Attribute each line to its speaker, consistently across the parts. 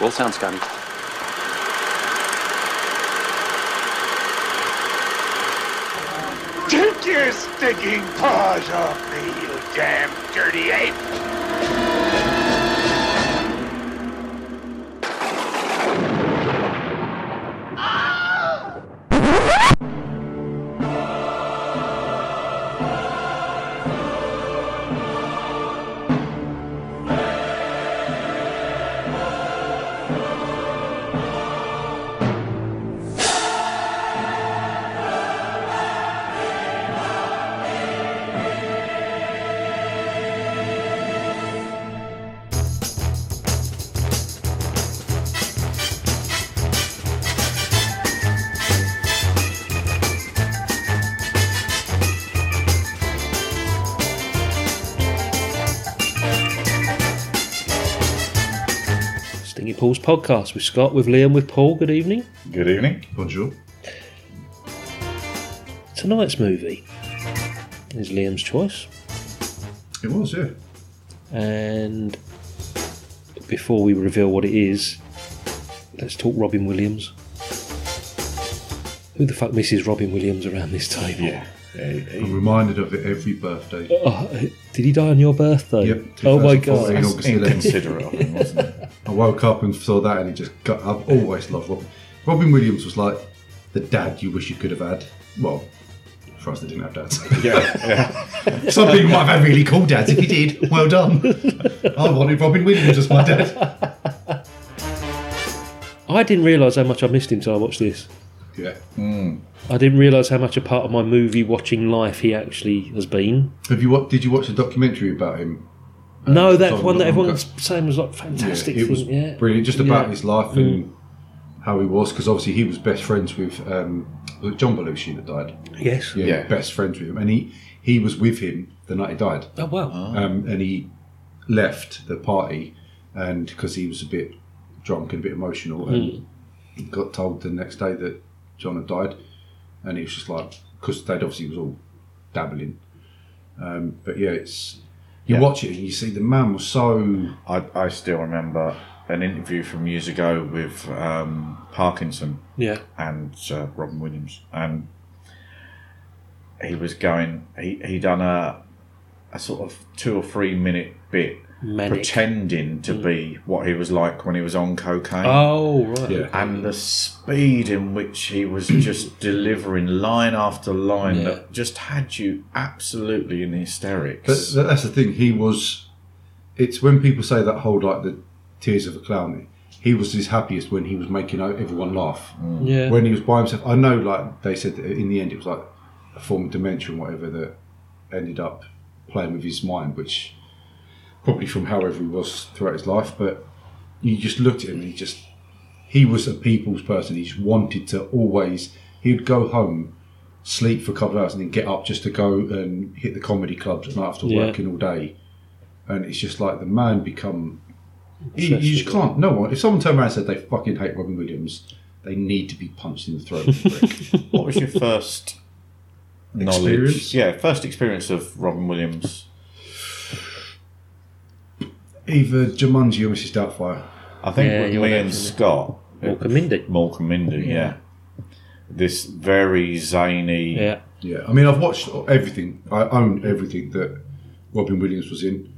Speaker 1: Roll sound, Scotty.
Speaker 2: Take your stinking paws off me, you damn dirty ape!
Speaker 3: Stingy Paul's podcast with Scott, with Liam, with Paul. Good evening.
Speaker 4: Good evening.
Speaker 5: Bonjour.
Speaker 3: Tonight's movie is Liam's choice,
Speaker 5: It was, yeah.
Speaker 3: and before we reveal what it is, let's talk Robin Williams. Who the fuck misses Robin Williams around this table?
Speaker 4: Yeah. yeah,
Speaker 5: I'm
Speaker 4: yeah.
Speaker 5: reminded of it every birthday.
Speaker 3: Oh, did he die on your birthday?
Speaker 5: Yep,
Speaker 3: oh my
Speaker 5: 2014.
Speaker 3: god.
Speaker 4: That's inconsiderate of him, wasn't it?
Speaker 5: I woke up and saw that, and it just got. I've always loved Robin. Robin Williams was like the dad you wish you could have had. Well, for us, they didn't have dads.
Speaker 4: Yeah, yeah.
Speaker 5: Some people might have had really cool dads. If you did, well done. I wanted Robin Williams as my dad.
Speaker 3: I didn't realise how much I missed him till I watched this.
Speaker 5: Yeah.
Speaker 3: I didn't realise how much a part of my movie watching life he actually has been.
Speaker 5: Have you? wa- Did you watch the documentary about him? Uh,
Speaker 3: No, that
Speaker 5: Tom
Speaker 3: one that
Speaker 5: Longa.
Speaker 3: everyone's saying was like fantastic.
Speaker 5: Yeah, it
Speaker 3: thing,
Speaker 5: was
Speaker 3: yeah.
Speaker 5: brilliant. Just about
Speaker 3: Yeah. Mm.
Speaker 5: his life and how he was, because obviously he was best friends with um, was it John Belushi that died.
Speaker 3: Yes.
Speaker 5: yeah,
Speaker 4: Yeah.
Speaker 5: best friends with him, and he he was with him the night he died,
Speaker 3: Oh wow.
Speaker 5: um, and he left the party, and because he was a bit drunk and a bit emotional, and got told the next day that John had died, and it was just like because they'd obviously was all dabbling, um, but yeah, it's you
Speaker 4: Yeah.
Speaker 5: watch it and you see the man was so
Speaker 4: I, I still remember an interview from years ago with um, Parkinson
Speaker 3: Yeah.
Speaker 4: and uh, Robin Williams, and he was going. He he done a a sort of two or three minute bit
Speaker 3: Manic. Mm.
Speaker 4: pretending to be what he was like when he was on cocaine.
Speaker 3: Oh right.
Speaker 5: yeah.
Speaker 4: and the speed in which he was just delivering line after line
Speaker 3: Yeah.
Speaker 4: that just had you absolutely in
Speaker 5: But
Speaker 4: hysterics.
Speaker 5: th- that's the thing. He was. It's when people say that whole like the tears of a clown. He was his happiest when he was making o- everyone laugh.
Speaker 3: Yeah.
Speaker 5: When he was by himself, I know. Like they said, that in the end, it was like a form of dementia and whatever that ended up playing with his mind, which probably from however he was throughout his life. But you just looked at him, and he just he was a people's person. He just wanted to always. He would go home, sleep for a couple of hours, and then get up just to go and hit the comedy clubs and after
Speaker 3: Yeah.
Speaker 5: working all day. And it's just like the man become. You,
Speaker 3: Obsessed
Speaker 5: you just
Speaker 3: with
Speaker 5: can't. No one. If someone turned around and said they fucking hate Robin Williams, they need to be punched in the throat. with a brick.
Speaker 4: what was your first knowledge?
Speaker 5: Experience?
Speaker 4: Yeah, first experience of Robin Williams.
Speaker 5: Either Jumanji or Mrs. Doubtfire.
Speaker 4: I think
Speaker 3: Yeah,
Speaker 4: with
Speaker 3: you
Speaker 4: me
Speaker 3: were
Speaker 4: and
Speaker 3: mentioning it.
Speaker 4: Scott,
Speaker 3: Walker Mindy.
Speaker 4: Malcolm Mindy, yeah. This very zany.
Speaker 3: Yeah.
Speaker 5: Yeah, I mean, I've watched everything. I own everything that Robin Williams was in.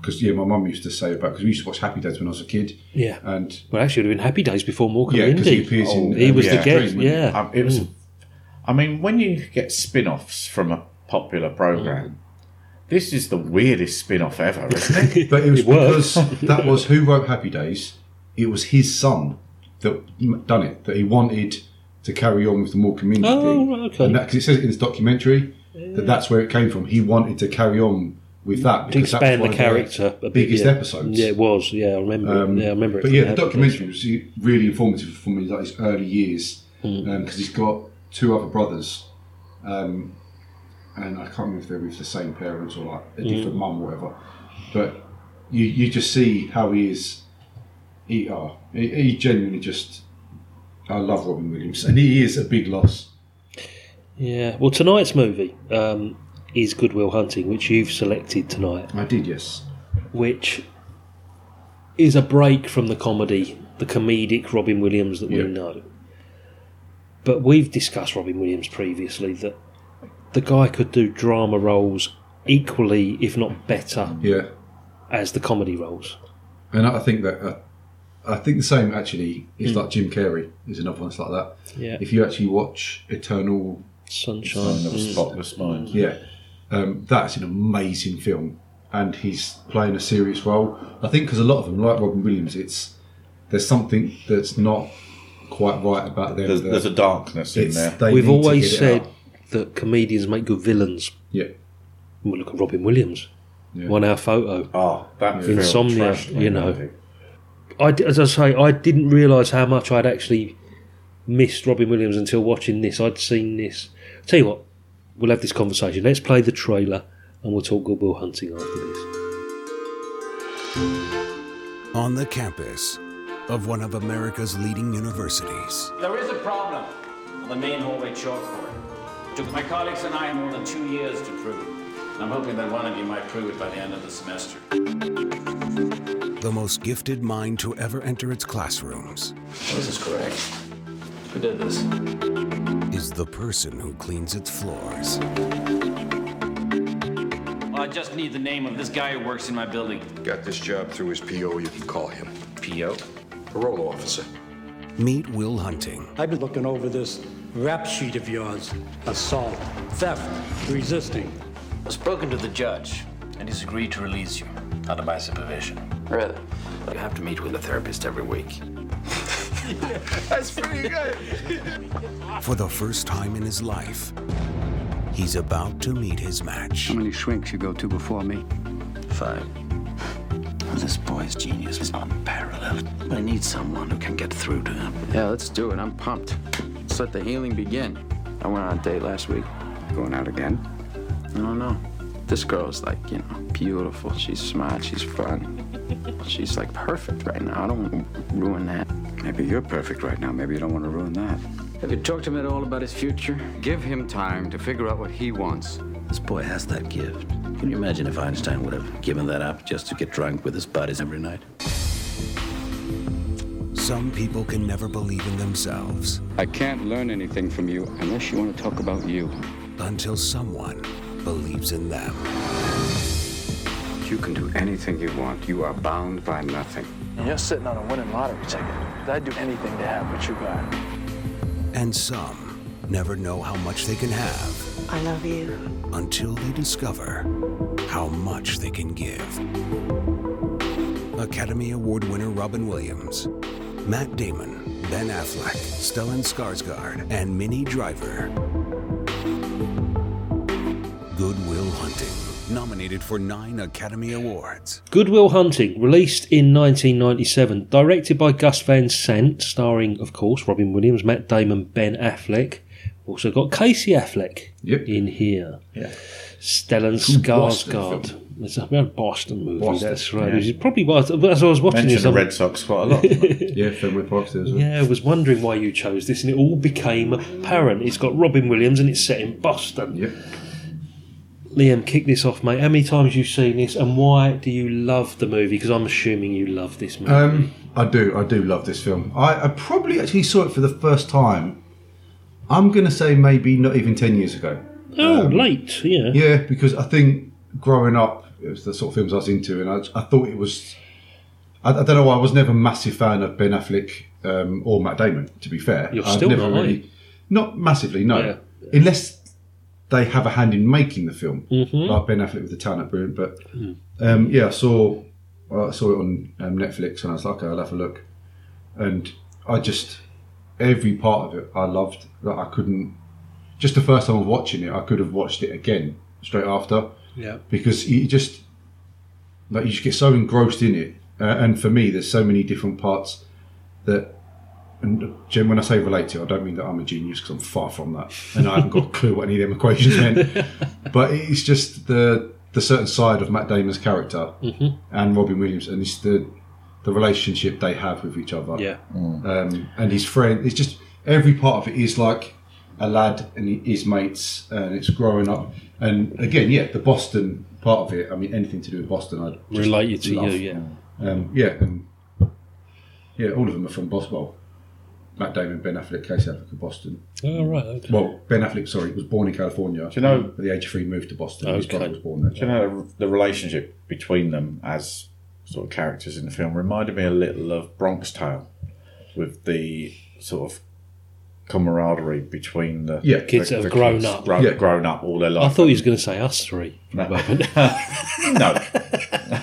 Speaker 5: Because yeah, my mum used to say about because we used to watch Happy Days when I was a kid,
Speaker 3: Yeah.
Speaker 5: and
Speaker 3: Well, actually, it would have been Happy Days before Walker
Speaker 5: yeah, because
Speaker 3: Mindy.
Speaker 5: he appears in
Speaker 4: Oh,
Speaker 3: He
Speaker 5: uh,
Speaker 3: was the
Speaker 4: Yeah.
Speaker 3: guest.
Speaker 5: Dream, wasn't he?
Speaker 3: Yeah.
Speaker 4: Um, it was. I mean, when you get spin-offs from a popular
Speaker 3: Mm.
Speaker 4: program, this is the weirdest spin-off ever, isn't it?
Speaker 5: But it was
Speaker 3: It worked.
Speaker 5: because that was who wrote Happy Days. It was his son that m- done it that he wanted to carry on with the more community
Speaker 3: Oh,
Speaker 5: thing.
Speaker 3: right, okay.
Speaker 5: And that because it says it in this documentary that that's where it came from. He wanted to carry on with that
Speaker 3: Mm. To
Speaker 5: because that's
Speaker 3: expand
Speaker 5: one
Speaker 3: the
Speaker 5: of their
Speaker 3: character a bit.
Speaker 5: biggest
Speaker 3: yeah.
Speaker 5: episodes.
Speaker 3: Yeah, it was. Yeah, I remember.
Speaker 5: Um,
Speaker 3: it. Yeah, I remember. it
Speaker 5: But
Speaker 3: from
Speaker 5: yeah,
Speaker 3: that.
Speaker 5: the documentary was really informative for me, like his early years, because
Speaker 3: Mm.
Speaker 5: he's got two other brothers, um, and I can't remember if they're with the same parents or like a different
Speaker 3: Mm.
Speaker 5: mum, or whatever. But you you just see how he is. He are he, he genuinely just. I love Robin Williams, and he is a big loss.
Speaker 3: Yeah. Well, tonight's movie um, is Goodwill Hunting, which you've selected tonight,
Speaker 5: I did, yes.
Speaker 3: which is a break from the comedy, the comedic Robin Williams that we
Speaker 5: Yeah.
Speaker 3: know. But we've discussed Robin Williams previously that the guy could do drama roles equally, if not better,
Speaker 5: Yeah.
Speaker 3: as the comedy roles.
Speaker 5: And I think that uh, I think the same actually is like Jim Carrey is another one that's like that.
Speaker 3: Hmm. Yeah,
Speaker 5: If you actually watch Eternal,
Speaker 3: sunshine.
Speaker 4: Sign of
Speaker 3: mm.
Speaker 4: spotless mind.
Speaker 5: yeah, um, that's an amazing film, and he's playing a serious role. I think because a lot of them, like Robin Williams, it's there's something that's not quite right about them.
Speaker 4: There's,
Speaker 5: that
Speaker 4: there's a darkness in
Speaker 5: uh, it's-
Speaker 4: there.
Speaker 5: they
Speaker 3: We've
Speaker 5: need to
Speaker 3: always
Speaker 5: get it
Speaker 3: said
Speaker 5: out.
Speaker 3: that comedians make good villains.
Speaker 5: yeah,
Speaker 3: Well, look at Robin Williams,
Speaker 5: Yeah.
Speaker 3: one hour photo.
Speaker 4: Ah, that film
Speaker 3: Insomnia,
Speaker 4: trashed
Speaker 3: you
Speaker 4: me,
Speaker 3: know.
Speaker 4: Andy.
Speaker 3: I, d- as I say, I didn't realise how much I'd actually missed Robin Williams until watching this. I'd seen this. Tell you what, we'll have this conversation. Let's play the trailer and we'll talk Good Will Hunting after this.
Speaker 1: on the campus of one of America's leading universities.
Speaker 6: There is a problem on the main hallway chalkboard. It took my colleagues and I more than two years to prove. And I'm hoping that one of you might prove it by the end of the semester.
Speaker 1: The most gifted mind to ever enter its classrooms
Speaker 6: This is correct. Who did this?
Speaker 1: is the person who cleans its floors.
Speaker 6: Well, I just need the name of this guy who works in my building.
Speaker 7: Got this job through his PO, you can call him.
Speaker 6: P.O.
Speaker 7: Parole officer.
Speaker 1: Meet Will Hunting,
Speaker 8: I've been looking over this rap sheet of yours assault, theft, resisting.
Speaker 6: I've spoken to the judge, and he's agreed to release you under my supervision. Really? You have to meet with a therapist every week.
Speaker 1: for the first time in his life, he's about to meet his match.
Speaker 9: many shrinks you go to before me? Five. This boy's genius is unparalleled. I need someone who can get through to him. Yeah, let's do it. I'm pumped. Let's let the healing begin. I went on a date last week. Going out again? I don't know. This girl's like, you know, beautiful. She's smart. She's fun. She's like perfect right now. I don't want to ruin that. Maybe you're perfect right now. Maybe you don't want to ruin that. Have you talked to him at all about his future? Give him time to figure out what he wants.
Speaker 10: This boy has that gift. Can you imagine if Einstein would have given that up just to get drunk with his buddies every night?
Speaker 1: Some people can never believe in themselves
Speaker 9: I can't learn anything from you unless you want to talk about you.
Speaker 1: until someone believes in them.
Speaker 9: You can do anything you want. You are bound by nothing.
Speaker 10: You're sitting on a winning lottery ticket. I'd do anything to have what you got.
Speaker 1: And some never know how much they can have
Speaker 11: I love you.
Speaker 1: until they discover how much they can give. Academy Award winner Robin Williams, Matt Damon, Ben Affleck, Stellan Skarsgård, and Minnie Driver. Goodwill Hunting, nominated for nine Academy Awards.
Speaker 3: Goodwill Hunting, released in 1997, directed by Gus Van Sant, starring, of course, Robin Williams, Matt Damon, Ben Affleck. Also got Casey Affleck
Speaker 5: Yep.
Speaker 3: in here.
Speaker 4: Yeah.
Speaker 3: Stellan
Speaker 5: From Boston
Speaker 3: Skarsgård. It's a Boston movie.
Speaker 5: Boston,
Speaker 3: that's right.
Speaker 4: yeah.
Speaker 3: Which is probably why- as I was watching
Speaker 4: Mentioned
Speaker 3: this,
Speaker 4: the
Speaker 3: I'm-
Speaker 4: Red Sox quite a lot. didn't they?
Speaker 5: yeah, film with Bob Steele as well.
Speaker 3: Yeah, I was wondering why you chose this, and it all became apparent. It's got Robin Williams, and it's set in Boston.
Speaker 5: Yep.
Speaker 3: Liam, kick this off, mate. How many times you've seen this, and why do you love the movie? Because I'm assuming you love this movie.
Speaker 5: Um, I do, I do love this film. I, I probably actually saw it for the first time. I'm gonna say maybe not even ten years ago.
Speaker 3: oh, late, yeah.
Speaker 5: Yeah, because I think growing up, it was the sort of films I was into, and I, I thought it was. I, I don't know. why I was never a massive fan of Ben Affleck um, or Matt Damon. To be fair,
Speaker 3: You're
Speaker 5: I've
Speaker 3: still
Speaker 5: never
Speaker 3: not, are
Speaker 5: not massively. No,
Speaker 3: Yeah.
Speaker 5: unless they have a hand in making the film, like Ben Affleck with the Town at Brilliant. But um, yeah, I saw I saw it on um, Netflix, and I was like, okay, I'll have a look. And I just every part of it I loved. That I couldn't just the first time of watching it, I could have watched it again straight after
Speaker 3: Yeah.
Speaker 5: because you just like you just get so engrossed in it. Uh, and for me, there's so many different parts that. And Jim, when I say relate to, I don't mean that I'm a genius because I'm far from that, and I haven't got a clue what any of them equations meant. But it's just the the certain side of Matt Damon's character and Robin Williams, and it's the the relationship they have with each other
Speaker 3: Yeah.
Speaker 5: um, and his friend. It's just every part of it is like a lad and his mates, and it's growing up. And again, yeah, the Boston part of it. I mean, anything to do with Boston, I'd just
Speaker 3: Relate you to
Speaker 5: love.
Speaker 3: you, yeah.
Speaker 5: um, yeah, and yeah, all of them are from Boston. Well, Matt Damon, Ben Affleck, Casey Affleck, of Boston.
Speaker 3: Oh, right. Okay.
Speaker 5: Well, Ben Affleck, sorry, was born in California.
Speaker 4: Do you know- Oh,
Speaker 5: at the age of three, moved to Boston. His
Speaker 3: Okay.
Speaker 5: brother was born there.
Speaker 4: Do you know the relationship between them as sort of characters in the film reminded me a little of Bronx Tale, with the sort of camaraderie between the
Speaker 5: Yeah.
Speaker 3: Kids
Speaker 4: the-
Speaker 3: that
Speaker 4: the
Speaker 3: have grown
Speaker 4: kids
Speaker 3: up.
Speaker 4: grown,
Speaker 5: Yeah.
Speaker 4: grown up all their
Speaker 3: I
Speaker 4: life.
Speaker 3: thought he was going to say us three.
Speaker 4: no,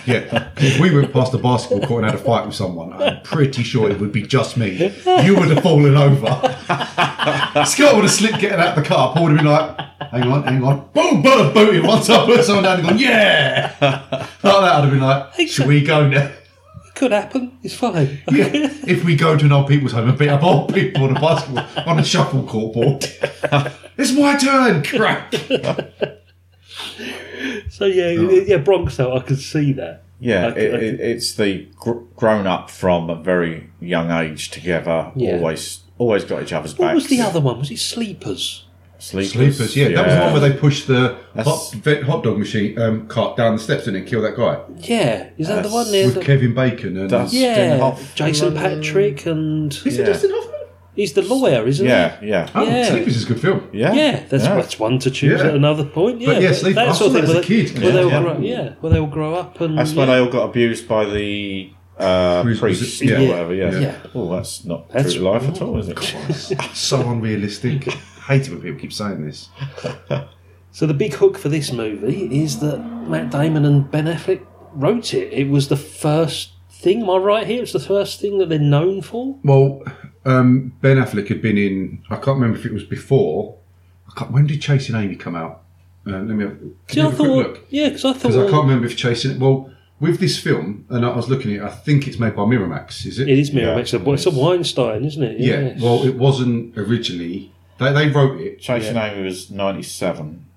Speaker 5: Yeah, if we went past the basketball court and had a fight with someone, I'm pretty sure it would be just me. You would have fallen over. Scott would have slipped getting out the car. Paul would have been like, hang on, hang on. Boom, boom, boom. Once I put someone down and gone, yeah. Like that, I'd have been like, should we go now?
Speaker 3: Could happen. It's fine.
Speaker 5: Yeah. If we go to an old people's home and beat up old people on a basketball, on a shuffle court board, it's my turn, crack.
Speaker 3: So yeah, yeah, Bronx. Though I could see that.
Speaker 4: yeah,
Speaker 3: I c-
Speaker 4: it,
Speaker 3: I c-
Speaker 4: it, it's the gr- grown up from a very young age together.
Speaker 3: Yeah.
Speaker 4: Always, always got each other's
Speaker 3: What
Speaker 4: backs.
Speaker 3: was the other one? Was it Sleepers?
Speaker 4: Sleepers.
Speaker 5: Sleepers, yeah. That was the one where they pushed the
Speaker 4: That's-
Speaker 5: hot, vet- hot dog machine um, cart down the steps and then kill that guy.
Speaker 3: Yeah, is that the
Speaker 4: That's
Speaker 3: one there?
Speaker 5: with
Speaker 3: that-
Speaker 5: Kevin Bacon and
Speaker 4: That's- Dustin
Speaker 3: yeah,
Speaker 4: Hoffman.
Speaker 3: Jason Patrick, and
Speaker 5: is it
Speaker 4: Yeah.
Speaker 5: Dustin Hoffman?
Speaker 3: he's the lawyer, isn't
Speaker 4: Yeah, yeah,
Speaker 5: Oh,
Speaker 3: Yeah.
Speaker 5: Sleepers is a good film.
Speaker 4: yeah.
Speaker 3: he? Yeah, that's
Speaker 4: yeah.
Speaker 3: that's one to choose
Speaker 5: Yeah.
Speaker 3: at another point. Yeah,
Speaker 5: yeah,
Speaker 3: that-
Speaker 5: Sleepers- I
Speaker 3: that sort
Speaker 5: saw
Speaker 3: of thing.
Speaker 5: that
Speaker 3: Where
Speaker 5: as
Speaker 3: they,
Speaker 5: a kid.
Speaker 3: where they will
Speaker 4: Yeah.
Speaker 3: grow, yeah, where they will grow up and
Speaker 4: That's
Speaker 3: yeah.
Speaker 4: when they all got abused by the uh,
Speaker 5: Priest,
Speaker 4: priest
Speaker 5: yeah.
Speaker 4: or whatever. Yeah.
Speaker 3: Yeah.
Speaker 4: Oh, that's not
Speaker 3: That's-
Speaker 4: true to life at all, is it?
Speaker 5: so unrealistic. hate it when people keep saying this.
Speaker 3: So the big hook for this movie is that Matt Damon and Ben Affleck wrote it. It was the first thing. Am I right here? It's the first thing that they're known for.
Speaker 5: Well, um, Ben Affleck had been in. I can't remember if it was before. I can't, when did Chasing Amy come out? Uh, let me. Have, can
Speaker 3: See,
Speaker 5: you
Speaker 3: I
Speaker 5: have a quick
Speaker 3: thought,
Speaker 5: look?
Speaker 3: yeah, because I thought
Speaker 5: Because I can't remember if Chasing. Well, with this film, and I was looking at. it, I think it's made by Miramax. Is it?
Speaker 3: it is Miramax. Yeah, it's a Weinstein, isn't it?
Speaker 5: Yeah.
Speaker 3: Yes.
Speaker 5: Well, it wasn't originally. They, they wrote it.
Speaker 4: Chasing Amy was 97,
Speaker 5: When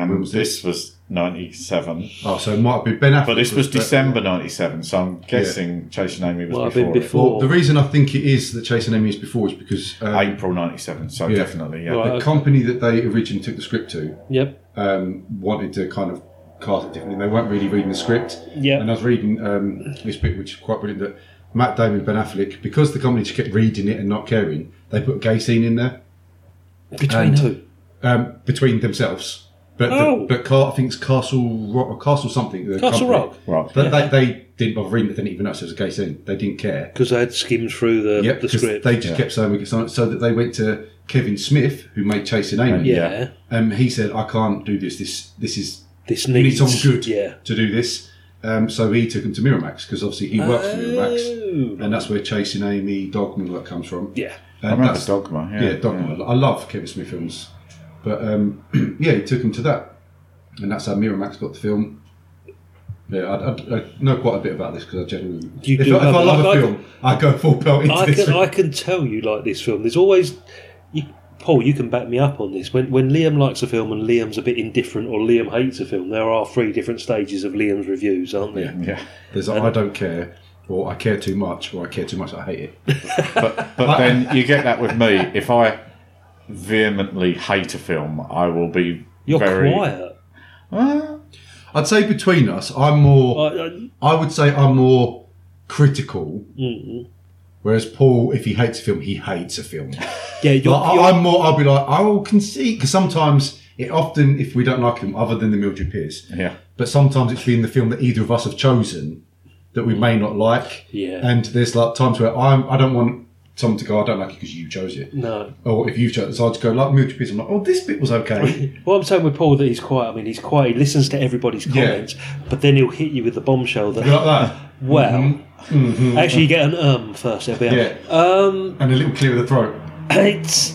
Speaker 4: and
Speaker 5: was
Speaker 4: this was 97.
Speaker 5: Oh, so it might have been Ben Affleck.
Speaker 4: But this was
Speaker 5: but-
Speaker 4: December 97, so I'm guessing Chasing Amy was
Speaker 3: Might have
Speaker 4: before,
Speaker 3: been
Speaker 4: it.
Speaker 5: Well,
Speaker 3: before.
Speaker 5: the reason I think it is that Chasing Amy is before is because um,
Speaker 4: April 97, so
Speaker 5: Yeah.
Speaker 4: definitely, yeah.
Speaker 3: Right.
Speaker 5: the company that they originally took the script to
Speaker 3: yep.
Speaker 5: um, wanted to kind of cast it differently. They weren't really reading the script.
Speaker 3: Yeah.
Speaker 5: And I was reading um, this bit, which is quite brilliant, that Matt Damon, Ben Affleck, because the company just kept reading it and not caring, they put a gay scene in there
Speaker 3: Between
Speaker 5: and-
Speaker 3: who?
Speaker 5: um, between themselves. But the-
Speaker 3: Oh.
Speaker 5: but Car- I think it's Castle Rock or Castle something. the
Speaker 3: Castle
Speaker 5: company.
Speaker 3: Rock.
Speaker 4: Right.
Speaker 5: But they, they didn't bother reading it. They didn't even notice it was a gay scene. They didn't care.
Speaker 3: Because I had skimmed through the,
Speaker 5: Yeah,
Speaker 3: the
Speaker 5: 'cause
Speaker 3: script.
Speaker 5: they just kept saying we get something, so that they went to Kevin Smith, who made Chasing Amy.
Speaker 3: yeah.
Speaker 4: yeah.
Speaker 5: Um, he said, "I can't do this. This this is
Speaker 3: This
Speaker 5: you
Speaker 3: needs,
Speaker 5: need someone good
Speaker 3: Yeah.
Speaker 5: to do this." Um, so he took him to Miramax because obviously he worked for Miramax,
Speaker 3: Oh.
Speaker 5: and that's where Chasing Amy, Dogma, all that comes from.
Speaker 3: Yeah.
Speaker 4: I
Speaker 5: and
Speaker 4: remember
Speaker 5: that's-
Speaker 4: Dogma, yeah.
Speaker 5: Yeah, Dogma. I love Kevin Smith films, but um, yeah, he took him to that, and that's how Miramax got the film. Yeah, I, I, I know quite a bit about this because I generally.
Speaker 3: You
Speaker 5: if
Speaker 3: do
Speaker 5: I, if
Speaker 3: have
Speaker 5: I
Speaker 3: a-
Speaker 5: love a
Speaker 3: I- I-
Speaker 5: film, I go full belt into
Speaker 3: I
Speaker 5: this.
Speaker 3: can,
Speaker 5: film.
Speaker 3: I can tell you like this film. There's always, you, Paul, you can back me up on this. When when Liam likes a film and Liam's a bit indifferent or Liam hates a film, there are three different stages of Liam's reviews, aren't there?
Speaker 4: Yeah.
Speaker 5: There's like, I don't care, or I care too much, or I care too much, I hate it.
Speaker 4: But then you get that with me. If I vehemently hate a film, I will be
Speaker 3: You're
Speaker 4: very.
Speaker 3: quiet.
Speaker 5: I'd say between us, I'm more.
Speaker 3: I- I-
Speaker 5: I would say I'm more critical.
Speaker 3: Mm-hmm.
Speaker 5: Whereas Paul, if he hates a film, he hates a film.
Speaker 3: yeah, you're,
Speaker 5: Like, I-
Speaker 3: you're-
Speaker 5: I'm more. I'll be like, I will concede because sometimes it often, if we don't like him, other than the Mildred Pierce,
Speaker 4: Yeah.
Speaker 5: but sometimes it's been the film that either of us have chosen that we may not like.
Speaker 3: Yeah.
Speaker 5: And there's like times where I'm. I don't want someone to go. I don't like it because you chose it.
Speaker 3: no.
Speaker 5: Or if you've chosen, so I just go like Mildred Pierce. I'm like, oh, this bit was okay.
Speaker 3: Well, I'm saying with Paul that he's quiet. I mean, he's quiet. He listens to everybody's
Speaker 5: Yeah.
Speaker 3: comments, but then he'll hit you with the bombshell that,
Speaker 5: like that.
Speaker 3: well,
Speaker 4: Mm-hmm.
Speaker 3: actually, you get an um first. It'll be like,
Speaker 5: Yeah. Um, and a little clear of the throat.
Speaker 3: It's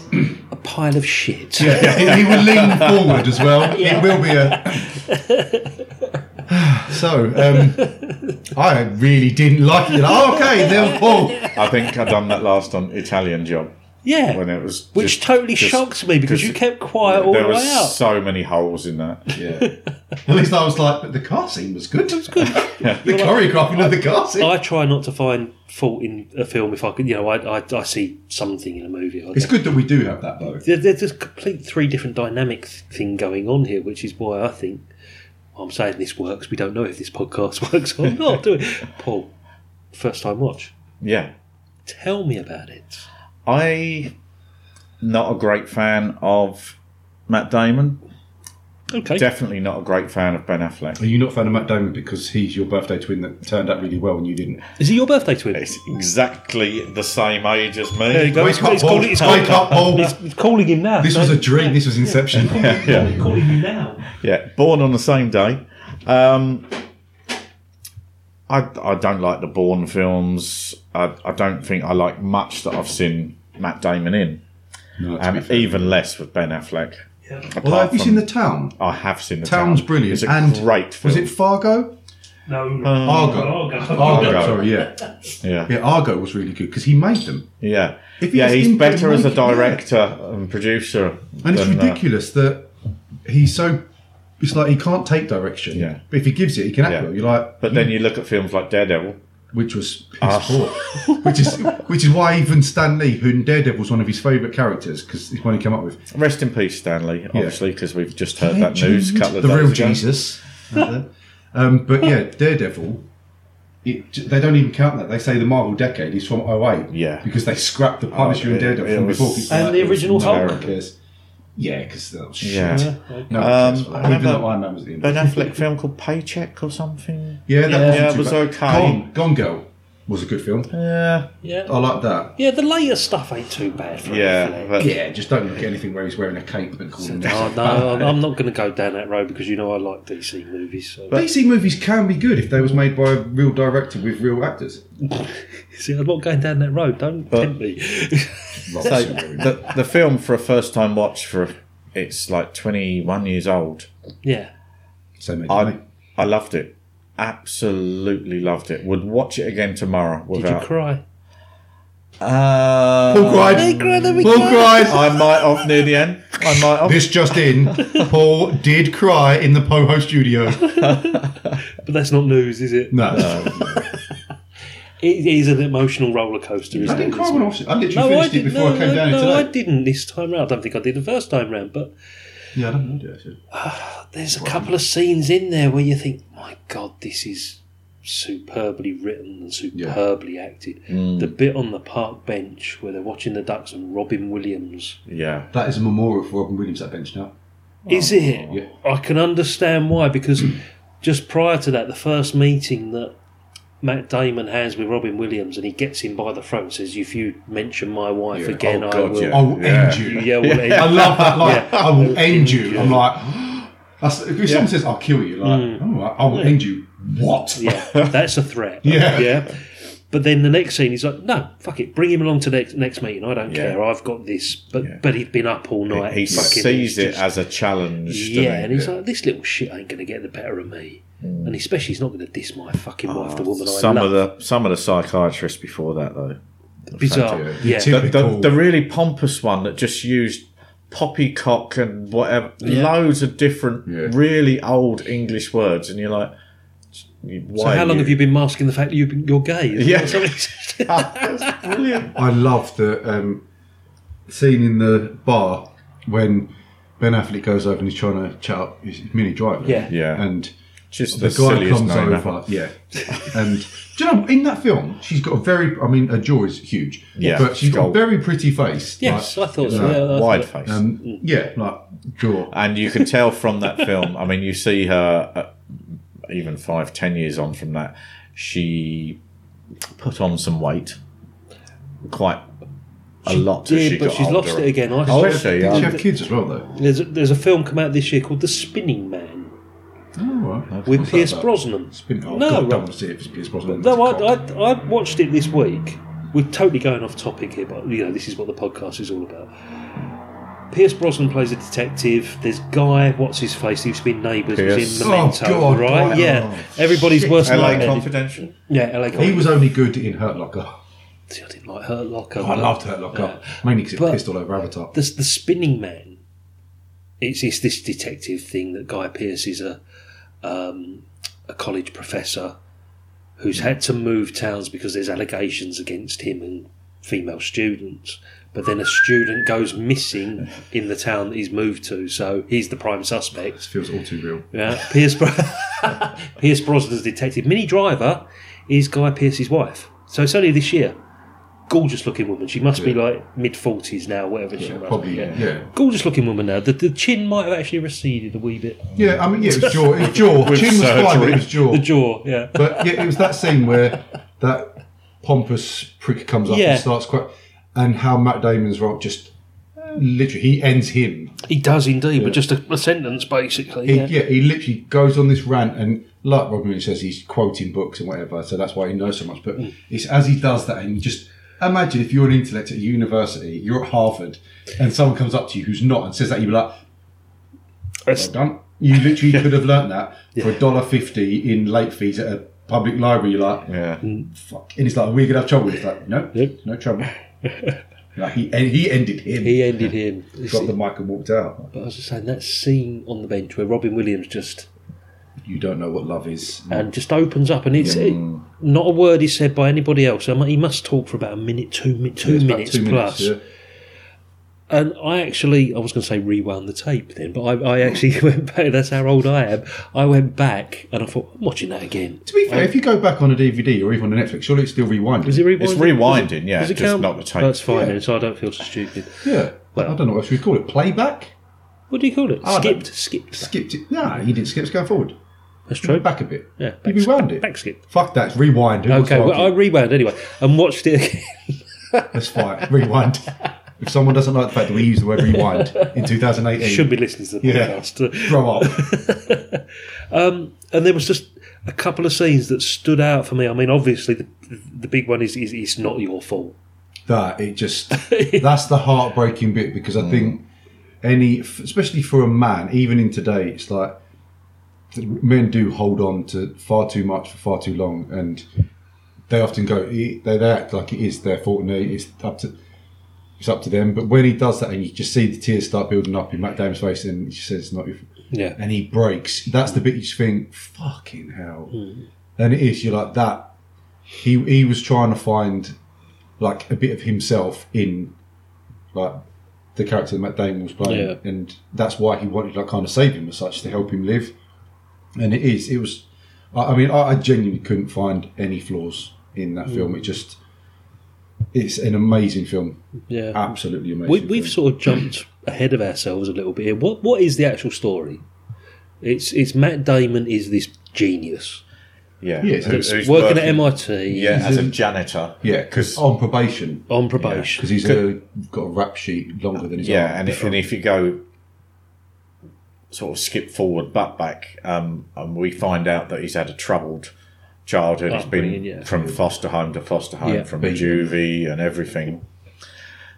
Speaker 3: a pile of shit.
Speaker 5: Yeah, he, he will lean forward as well. It will be a. so, um, I really didn't like it. Oh, okay, there was Paul.
Speaker 4: I think i done that last on Italian Job
Speaker 3: Yeah.
Speaker 4: when it was.
Speaker 3: Which
Speaker 4: just-
Speaker 3: totally
Speaker 4: just-
Speaker 3: shocks me because
Speaker 4: just-
Speaker 3: you kept quiet all
Speaker 4: there
Speaker 3: the
Speaker 4: was
Speaker 3: way out.
Speaker 4: so many holes in that.
Speaker 5: Yeah. At least I was like, but the car scene was good. It was good. the choreographing of the car scene.
Speaker 3: I try not to find fault in a film if I can. You know, I, I, I see something in a movie. I
Speaker 5: it's good that we do have that though.
Speaker 3: There, there's this complete three different dynamic th- thing going on here, which is why I think I'm saying this works. We don't know if this podcast works or not, do we? Paul, first time watch.
Speaker 4: Yeah.
Speaker 3: Tell me about it.
Speaker 4: I not a great fan of Matt Damon.
Speaker 3: Okay.
Speaker 4: Definitely not a great fan of Ben Affleck.
Speaker 5: Are you not a fan of Matt Damon because he's your birthday twin that turned out really well and you didn't?
Speaker 3: Is he your birthday twin?
Speaker 4: It's exactly the same age as me.
Speaker 3: There you go.
Speaker 5: Wake
Speaker 3: It's-
Speaker 5: up,
Speaker 3: it's
Speaker 5: Paul.
Speaker 3: calling- it's calling-
Speaker 5: Wake up, Paul.
Speaker 3: It's- it's calling him now.
Speaker 5: This
Speaker 3: No,
Speaker 5: was a dream. This was Inception.
Speaker 4: Yeah.
Speaker 3: calling him now.
Speaker 4: Yeah, born on the same day. Um, I, I don't like the Bourne films. I, I don't think I like much that I've seen Matt Damon in,
Speaker 5: No, to be
Speaker 4: and
Speaker 5: fair.
Speaker 4: even less with Ben Affleck. Apart
Speaker 5: Although, have you
Speaker 4: from-
Speaker 5: seen The Town?
Speaker 4: I have seen the
Speaker 5: Town's
Speaker 4: Town.
Speaker 5: brilliant.
Speaker 4: It's a
Speaker 5: and
Speaker 4: great film. Mm.
Speaker 5: Was it Fargo?
Speaker 3: No.
Speaker 5: Argo. Argo. Sorry, yeah,
Speaker 4: yeah,
Speaker 5: yeah. Argo was really good because he made them,
Speaker 4: yeah,
Speaker 5: If
Speaker 4: yeah.
Speaker 5: he's
Speaker 4: He's
Speaker 5: in
Speaker 4: better as a
Speaker 5: Copenhagen, yeah.
Speaker 4: director and producer.
Speaker 5: and it's
Speaker 4: than, uh,
Speaker 5: ridiculous that he's so. It's like he can't take direction.
Speaker 4: Yeah.
Speaker 5: But if he gives it, he can act
Speaker 4: Yeah.
Speaker 5: well. You're like,
Speaker 4: but then you look at films like Daredevil.
Speaker 5: which was
Speaker 4: Ah.
Speaker 5: piss poor. which is which is why even Stan Lee, who in Daredevil was one of his favourite characters, because it's one he came up with.
Speaker 4: Rest in peace, Stanley. Obviously, because we've just heard that
Speaker 5: Legend,
Speaker 4: news a couple of
Speaker 5: the
Speaker 4: days
Speaker 5: real
Speaker 4: ago.
Speaker 5: Jesus. um, but yeah, Daredevil. It, they don't even count that. They say the Marvel decade is from 08.
Speaker 4: Yeah.
Speaker 5: Because they scrapped the Punisher
Speaker 4: Oh,
Speaker 5: and
Speaker 4: it-
Speaker 5: Daredevil
Speaker 4: it
Speaker 5: from
Speaker 4: was-
Speaker 5: before. 'cause
Speaker 3: And
Speaker 5: that
Speaker 3: the
Speaker 5: was-
Speaker 3: original
Speaker 5: no
Speaker 3: Hulk.
Speaker 5: one cares. Yeah, because that was shit.
Speaker 4: Yeah.
Speaker 5: No one
Speaker 4: Um,
Speaker 5: cares for that.
Speaker 4: I
Speaker 5: Even
Speaker 4: remember-
Speaker 5: though Iron Man was the end.
Speaker 4: Ben Affleck film called Paycheck or something.
Speaker 5: Yeah, that wasn't
Speaker 4: Yeah, it
Speaker 5: too
Speaker 4: was
Speaker 5: bad.
Speaker 4: okay.
Speaker 5: Gone, Gone Girl was a good film.
Speaker 4: Yeah,
Speaker 5: I
Speaker 3: Yeah.
Speaker 5: like that.
Speaker 3: Yeah, the later stuff ain't too bad for
Speaker 4: yeah,
Speaker 3: Affleck.
Speaker 4: but
Speaker 5: Yeah, just don't look at anything where he's wearing a cape and calling
Speaker 3: No,
Speaker 5: himself
Speaker 3: Oh, no,
Speaker 5: Batman.
Speaker 3: I'm- I'm not going to go down that road because you know I like DC movies. So.
Speaker 5: DC movies can be good if they was made by a real director with real actors.
Speaker 3: See, I'm not going down that road. Don't tempt me.
Speaker 4: so the, the film for a first time watch for it's like 21 years old.
Speaker 3: yeah.
Speaker 5: So made
Speaker 4: I
Speaker 5: me.
Speaker 4: I loved it. Absolutely loved it. Would watch it again tomorrow
Speaker 3: Did you
Speaker 4: without.
Speaker 3: cry?
Speaker 4: Uh,
Speaker 5: Paul cried. Paul cried.
Speaker 4: I might off near the end. I might off.
Speaker 5: This just in: Paul did cry in the Poho studio.
Speaker 3: But that's not news, is it?
Speaker 5: No,
Speaker 3: It is an emotional roller coaster,
Speaker 5: I
Speaker 3: isn't
Speaker 5: didn't
Speaker 3: it?
Speaker 5: cry when I watched it. I
Speaker 3: No,
Speaker 5: literally
Speaker 3: I
Speaker 5: finished it
Speaker 3: didn't.
Speaker 5: before
Speaker 3: No,
Speaker 5: I came
Speaker 3: no,
Speaker 5: down
Speaker 3: no, I
Speaker 5: here today.
Speaker 3: didn't this time round. I don't think I did the first time round, but
Speaker 5: yeah, I don't know. Actually.
Speaker 3: there's a couple of scenes in there where you think, my God, this is superbly written and superbly acted.
Speaker 5: Mm.
Speaker 3: The bit on the park bench where they're watching the ducks and Robin Williams.
Speaker 4: Yeah.
Speaker 5: That is a memorial for Robin Williams at bench now.
Speaker 4: Oh,
Speaker 3: Is it? I can understand why because just prior to that, the first meeting that Matt Damon has with Robin Williams, and he gets him by the throat and says, "If you mention my wife
Speaker 4: Yeah.
Speaker 3: again,
Speaker 4: Oh,
Speaker 3: I
Speaker 4: God,
Speaker 3: will."
Speaker 4: yeah.
Speaker 5: I will
Speaker 4: Yeah.
Speaker 5: end you.
Speaker 3: Yeah, well, it-
Speaker 5: I love that line.
Speaker 3: Yeah.
Speaker 5: I will end you. I'm like, that's, if someone says I'll kill you, like, all right, I will end you. What?
Speaker 3: Mm. yeah, that's a threat.
Speaker 5: Yeah.
Speaker 3: But then the next scene, he's like, "No, fuck it, bring him along to the next, next meeting. I don't
Speaker 4: Yeah.
Speaker 3: care. I've got this." But but he'd been up all night.
Speaker 4: He
Speaker 3: fucking-
Speaker 4: sees it
Speaker 3: just-
Speaker 4: as a challenge. doesn't
Speaker 3: yeah,
Speaker 4: he?
Speaker 3: and he's like, "This little shit ain't going to get the better of me." And especially, he's not going to diss my fucking wife, the woman
Speaker 4: Mm. Oh, some
Speaker 3: I
Speaker 4: of
Speaker 3: love.
Speaker 4: the some of the psychiatrists before that though.
Speaker 3: Bizarre,
Speaker 5: The
Speaker 3: yeah.
Speaker 5: tip-
Speaker 4: The, the, the really pompous one that just used poppycock and whatever, loads of different
Speaker 5: Yeah.
Speaker 4: really old English words, and you're like, why?
Speaker 3: So how
Speaker 4: are
Speaker 3: long have you been masking the fact that you've been, you're gay? Isn't
Speaker 4: Yeah.
Speaker 3: that something-
Speaker 4: Brilliant.
Speaker 5: I love the um, scene in the bar when Ben Affleck goes over and he's trying to chat up his mini driver.
Speaker 3: Yeah.
Speaker 4: Yeah.
Speaker 5: And
Speaker 4: Just
Speaker 5: the,
Speaker 4: the,
Speaker 5: guy
Speaker 4: silliest
Speaker 5: comes
Speaker 4: name
Speaker 5: over.
Speaker 4: ever.
Speaker 5: Yeah. And do you know, in that film, she's got a very, I mean, her jaw is huge.
Speaker 4: Yeah.
Speaker 5: But she's got a
Speaker 4: Skull.
Speaker 5: very pretty face.
Speaker 3: yes, I
Speaker 5: Like,
Speaker 3: thought so.
Speaker 5: Yeah.
Speaker 3: Yeah, I
Speaker 4: Wide
Speaker 3: thought-
Speaker 4: face.
Speaker 5: um, yeah, like jaw.
Speaker 4: and you can tell from that film. I mean, you see her uh, even five, ten years on from that. She put on some weight, quite a lot. as
Speaker 3: Yeah,
Speaker 4: she
Speaker 3: but
Speaker 4: got
Speaker 3: she's
Speaker 4: older.
Speaker 3: lost it again. I
Speaker 4: Oh,
Speaker 3: saw-
Speaker 4: is she?
Speaker 5: Did she
Speaker 4: Yeah.
Speaker 5: have kids as well, though?
Speaker 3: There's a, there's a film come out this year called The Spinning Man
Speaker 5: Oh, right.
Speaker 3: with
Speaker 5: What's that
Speaker 3: Pierce
Speaker 5: about?
Speaker 3: Brosnan.
Speaker 5: Spin- oh,
Speaker 3: no,
Speaker 5: God, I don't
Speaker 3: right.
Speaker 5: want to see it if it's Pierce Brosnan.
Speaker 3: No,
Speaker 5: That's a
Speaker 3: I,
Speaker 5: cop.
Speaker 3: I, I watched it this week. We're totally going off topic here, but you know this is what the podcast is all about. Pierce Brosnan plays a detective. There's Guy, what's his face? He's been neighbours.
Speaker 4: Pierce.
Speaker 3: He's in
Speaker 5: Oh,
Speaker 3: Memento,
Speaker 5: God,
Speaker 3: right?
Speaker 5: God.
Speaker 3: Yeah,
Speaker 5: Oh,
Speaker 3: everybody's
Speaker 5: shit.
Speaker 3: worst
Speaker 4: LA
Speaker 3: nightmare.
Speaker 4: Confidential.
Speaker 3: yeah, LA.
Speaker 5: He
Speaker 3: Confidential.
Speaker 5: was only good in Hurt Locker.
Speaker 3: I didn't like Oh, Hurt Locker.
Speaker 5: I
Speaker 3: but-
Speaker 5: loved Hurt Locker. Mainly because
Speaker 3: But-
Speaker 5: it pissed all over Avatar.
Speaker 3: the, the spinning man. It's, it's this detective thing that Guy Pearce is a um, a college professor who's had to move towns because there's allegations against him and female students. but then a student goes missing in the town that he's moved to, so he's the prime suspect.
Speaker 5: feels all too real.
Speaker 3: Yeah, Pierce, Bro- Pierce Brosnan's detective, Minnie Driver, is Guy Pierce's wife. So it's only this year. Gorgeous looking woman. She must be
Speaker 5: Yeah.
Speaker 3: like mid forties now, whatever she
Speaker 5: Yeah,
Speaker 3: must
Speaker 5: probably,
Speaker 3: be.
Speaker 5: yeah.
Speaker 3: Gorgeous looking woman now. The, the chin might have actually receded a wee bit.
Speaker 5: Yeah, I mean, yeah, it was jaw. It was jaw.
Speaker 4: With
Speaker 5: Chin was fine, but
Speaker 4: surgery.
Speaker 5: it was jaw.
Speaker 3: The jaw, yeah.
Speaker 5: But yeah, it was that scene where that pompous prick comes up
Speaker 3: Yeah.
Speaker 5: and starts quite, and how Matt Damon's role just literally he ends him.
Speaker 3: He does indeed, but just a, a sentence basically.
Speaker 5: He,
Speaker 3: yeah.
Speaker 5: yeah. he literally goes on this rant and. Like Robin Williams says, he's quoting books and whatever, so that's why he knows so much. But
Speaker 3: Mm.
Speaker 5: it's as he does that, and you just imagine if you're an intellect at university, you're at Harvard, and someone comes up to you who's not and says that, you'd be like,
Speaker 3: That's-
Speaker 5: Well done. You literally could have learnt that for a dollar fifty in late fees at a public library. You're like,
Speaker 4: Yeah.
Speaker 3: Mm.
Speaker 5: fuck. And it's like, we're gonna have trouble. It's like, no,
Speaker 3: Yep.
Speaker 5: no trouble. like he and he ended him.
Speaker 3: He ended him.
Speaker 5: dropped the mic and walked out.
Speaker 3: But I was just saying that scene on the bench where Robin Williams just
Speaker 5: You don't know what love is.
Speaker 3: and just opens up, and it's it, not a word is said by anybody else. I mean, he must talk for about a minute, two, mi- two
Speaker 5: It's about
Speaker 3: minutes plus.
Speaker 5: yeah.
Speaker 3: And I actually, I was going to say rewound the tape then, but I, I actually went back. That's how old I am. I went back and I thought, I'm watching that again.
Speaker 5: To be fair, if you go back on a DVD or even on a Netflix, surely it's still rewinded.
Speaker 3: Is it rewinding?
Speaker 4: It's
Speaker 3: Does it-
Speaker 4: rewinding, yeah.
Speaker 3: does it
Speaker 4: Just
Speaker 3: count?
Speaker 4: not the tape.
Speaker 3: That's fine,
Speaker 5: Yeah.
Speaker 3: then, so I don't feel so stupid.
Speaker 5: yeah.
Speaker 3: Well-
Speaker 5: I don't know what should we call it. Playback?
Speaker 3: What do you call it?
Speaker 5: I don't-
Speaker 3: skipped, skipped.
Speaker 5: Skipped it? No, he didn't skip. It's going forward.
Speaker 3: That's true.
Speaker 5: Back a bit.
Speaker 3: Yeah,
Speaker 5: He
Speaker 3: back-
Speaker 5: rewound it.
Speaker 3: back skip.
Speaker 5: Fuck that. It's rewind. Who wants
Speaker 3: Okay,
Speaker 5: to
Speaker 3: well,
Speaker 5: argue?
Speaker 3: I rewound anyway and watched it again.
Speaker 5: Let's fight. Rewind. if someone doesn't like the fact that we use the word rewind in 2018,
Speaker 3: Should be listening to the
Speaker 5: Yeah.
Speaker 3: podcast.
Speaker 5: grow up.
Speaker 3: and there was just a couple of scenes that stood out for me. I mean, obviously the the big one is, is it's not your fault.
Speaker 5: That it just that's the heartbreaking bit because I think any, especially for a man, even in today, it's like men do hold on to far too much for far too long, and they often go they, they act like it is their fault and they, it's up to it's up to them. But when he does that, and you just see the tears start building up in Matt Damon's face, and he says, "It's not your." fault."
Speaker 3: Yeah.
Speaker 5: and he breaks. That's the bit you just think, fucking hell. And it is, you're like that. He he was trying to find like a bit of himself in like the character that Matt Damon was playing.
Speaker 3: Yeah.
Speaker 5: And that's why he wanted like kind of save him as such to help him live. And it is, it was I, I mean, I, I genuinely couldn't find any flaws in that
Speaker 3: Mm.
Speaker 5: film. It just it's an amazing film.
Speaker 3: Yeah.
Speaker 5: Ah, Absolutely amazing.
Speaker 3: we, we've
Speaker 5: film.
Speaker 3: sort of jumped ahead of ourselves a little bit here. What what is the actual story? It's it's Matt Damon is this genius
Speaker 4: Yeah.
Speaker 5: Yeah, so
Speaker 4: Who-
Speaker 5: it's
Speaker 4: who's
Speaker 3: working, at MIT
Speaker 4: Yeah, as a
Speaker 5: in-
Speaker 4: janitor.
Speaker 5: yeah, because on probation,
Speaker 3: on probation.
Speaker 5: because he's uh got a rap sheet longer than his
Speaker 4: Yeah,
Speaker 5: arm.
Speaker 4: and if, and if you go sort of skip forward but back, um, and we find out that he's had a troubled childhood. He's been
Speaker 3: Upbringing, Oh, yeah.
Speaker 4: from foster home to foster home,
Speaker 3: Yeah.
Speaker 4: from juvie and everything.